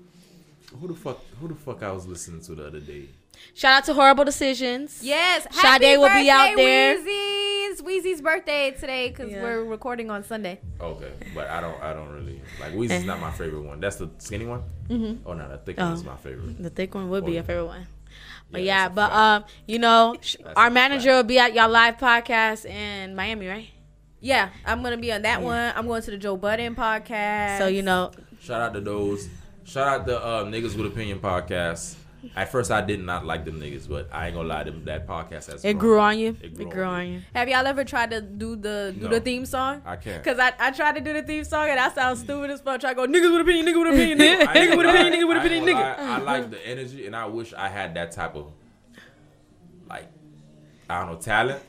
who the fuck who the fuck I was listening to the other day. Shout out to Horrible Decisions. Yes. Sade Happy will be out birthday, there. Weezy's Weezy's birthday today because Yeah. we're recording on Sunday. Okay, but I don't I don't really like Weezy's not my favorite one. That's the skinny one. Mm-hmm. Oh no, the thick Oh. one is my favorite. The thick one would be Oh. your favorite one. But Yeah, yeah, that's a but fact. um, you know, sh- That's a our fact. manager will be at y'all live podcast in Miami, right? Yeah, I'm gonna be on that one. I'm going to the Joe Budden podcast. So you know, Shout out to those. Shout out to uh, niggas with opinion podcast. At first, I did not like them niggas, but I ain't gonna lie, them that podcast has it grown. grew on you. It It grew grew, on on you. Have y'all ever tried to do the do No. the theme song? I can't. Cause I, I tried to do the theme song and I sound stupid as fuck. Try to go niggas with opinion, nigga with opinion, nigga, I ain't nigga with gonna opinion, lie, nigga with I ain't opinion, gonna nigga. lie, I like the energy, and I wish I had that type of like I don't know talent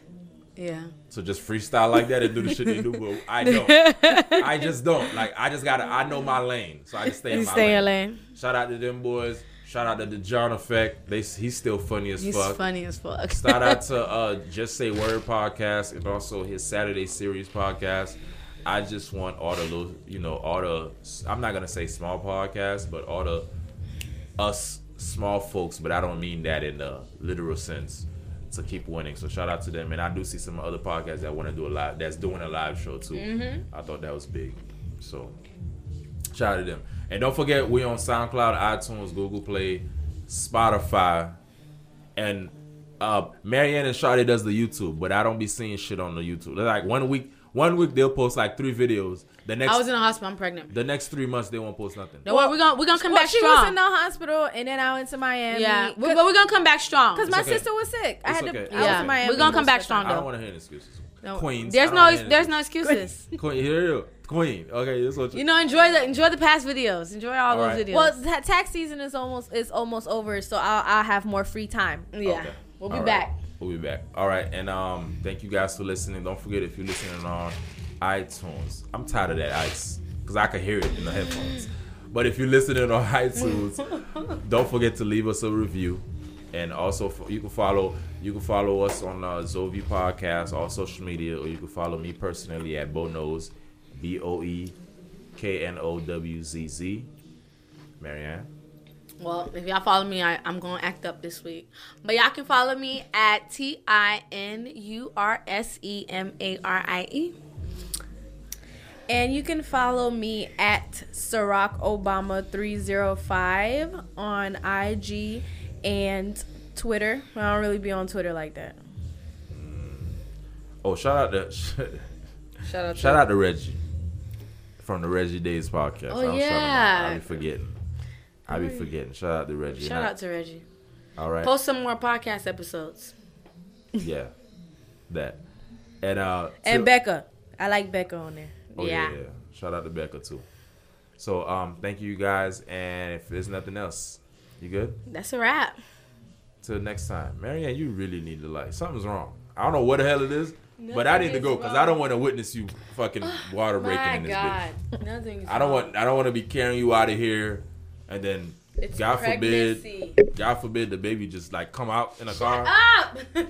Yeah. to just freestyle like that and do the shit they do. But I don't. I just don't. Like I just gotta. I know my lane, so I just stay in You my stay lane. in lane. Shout out to them boys. Shout out to the John Effect. They he's still funny as He's fuck. funny as fuck. Shout out to uh, Just Say Word podcast and also his Saturday series podcast. I just want all the little, you know, all the, I'm not going to say small podcasts, but all the us small folks, but I don't mean that in the literal sense to keep winning. So shout out to them. And I do see some other podcasts that want to do a live, that's doing a live show too. I thought that was big. So shout out to them. And don't forget, we on SoundCloud, iTunes, Google Play, Spotify, and uh Marianne and Shawty does the YouTube, but I don't be seeing shit on the YouTube. They're like one week, one week they'll post like three videos. The next, I was in the hospital. I'm pregnant. the next three months they won't post nothing. Don't worry, we're gonna we're gonna come Well, back she strong. was in the hospital and then I went to Miami. yeah, we- Cause, but we're gonna come back strong. cause my okay. sister was sick. I It's had to. okay. I was Yeah. in Miami. We're gonna come back strong, I don't though. want to hear any excuses. No, Queens. There's I don't no wanna hear there's any no excuses. Queen. Here you go. Queen. Okay, this what you. You know, enjoy the enjoy the past videos. Enjoy All all, those right. videos. Well, ta- tax season is almost is almost over, so I'll I'll have more free time. yeah, Okay. we'll be All right. back. We'll be back. All right, and um, thank you guys for listening. Don't forget if you're listening on iTunes. I'm tired of that ice because I could hear it in the headphones. But if you're listening on iTunes, don't forget to leave us a review, and also f- you can follow you can follow us on uh, Zovi Podcast, all social media, or you can follow me personally at Bo Knows, B O E K N O W Z Z. Marianne. Well, if y'all follow me, I, I'm gonna act up this week. But y'all can follow me at T I N U R S E M A R I E. And you can follow me at Sirac Obama 305 on IG and Twitter. I don't really be on Twitter like that. Oh, shout out to Shout out shout out to Reggie from the Reggie Days podcast. Oh, I don't shout him out. I yeah. be forgetting. I be forgetting. Shout out to Reggie. Shout out to Reggie. All right. Post some more podcast episodes. Yeah. That. And uh. And to- Becca. I like Becca on there. Oh, yeah. Yeah. yeah. Shout out to Becca too. So um, thank you guys, and if there's nothing else, you good? That's a wrap. Till next time, Marianne, you really need to like something. something's wrong. I don't know what the hell it is, but I need to go because I don't want to witness you fucking water breaking in this bitch. Nothing. I don't want I don't want to be carrying you out of here, and then God pregnancy. forbid, God forbid the baby just like come out in a car. Up. Like,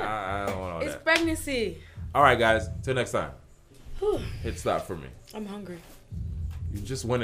I, I don't want all it's that. pregnancy. all right, guys, till next time. Hit stop for me. I'm hungry. You just went.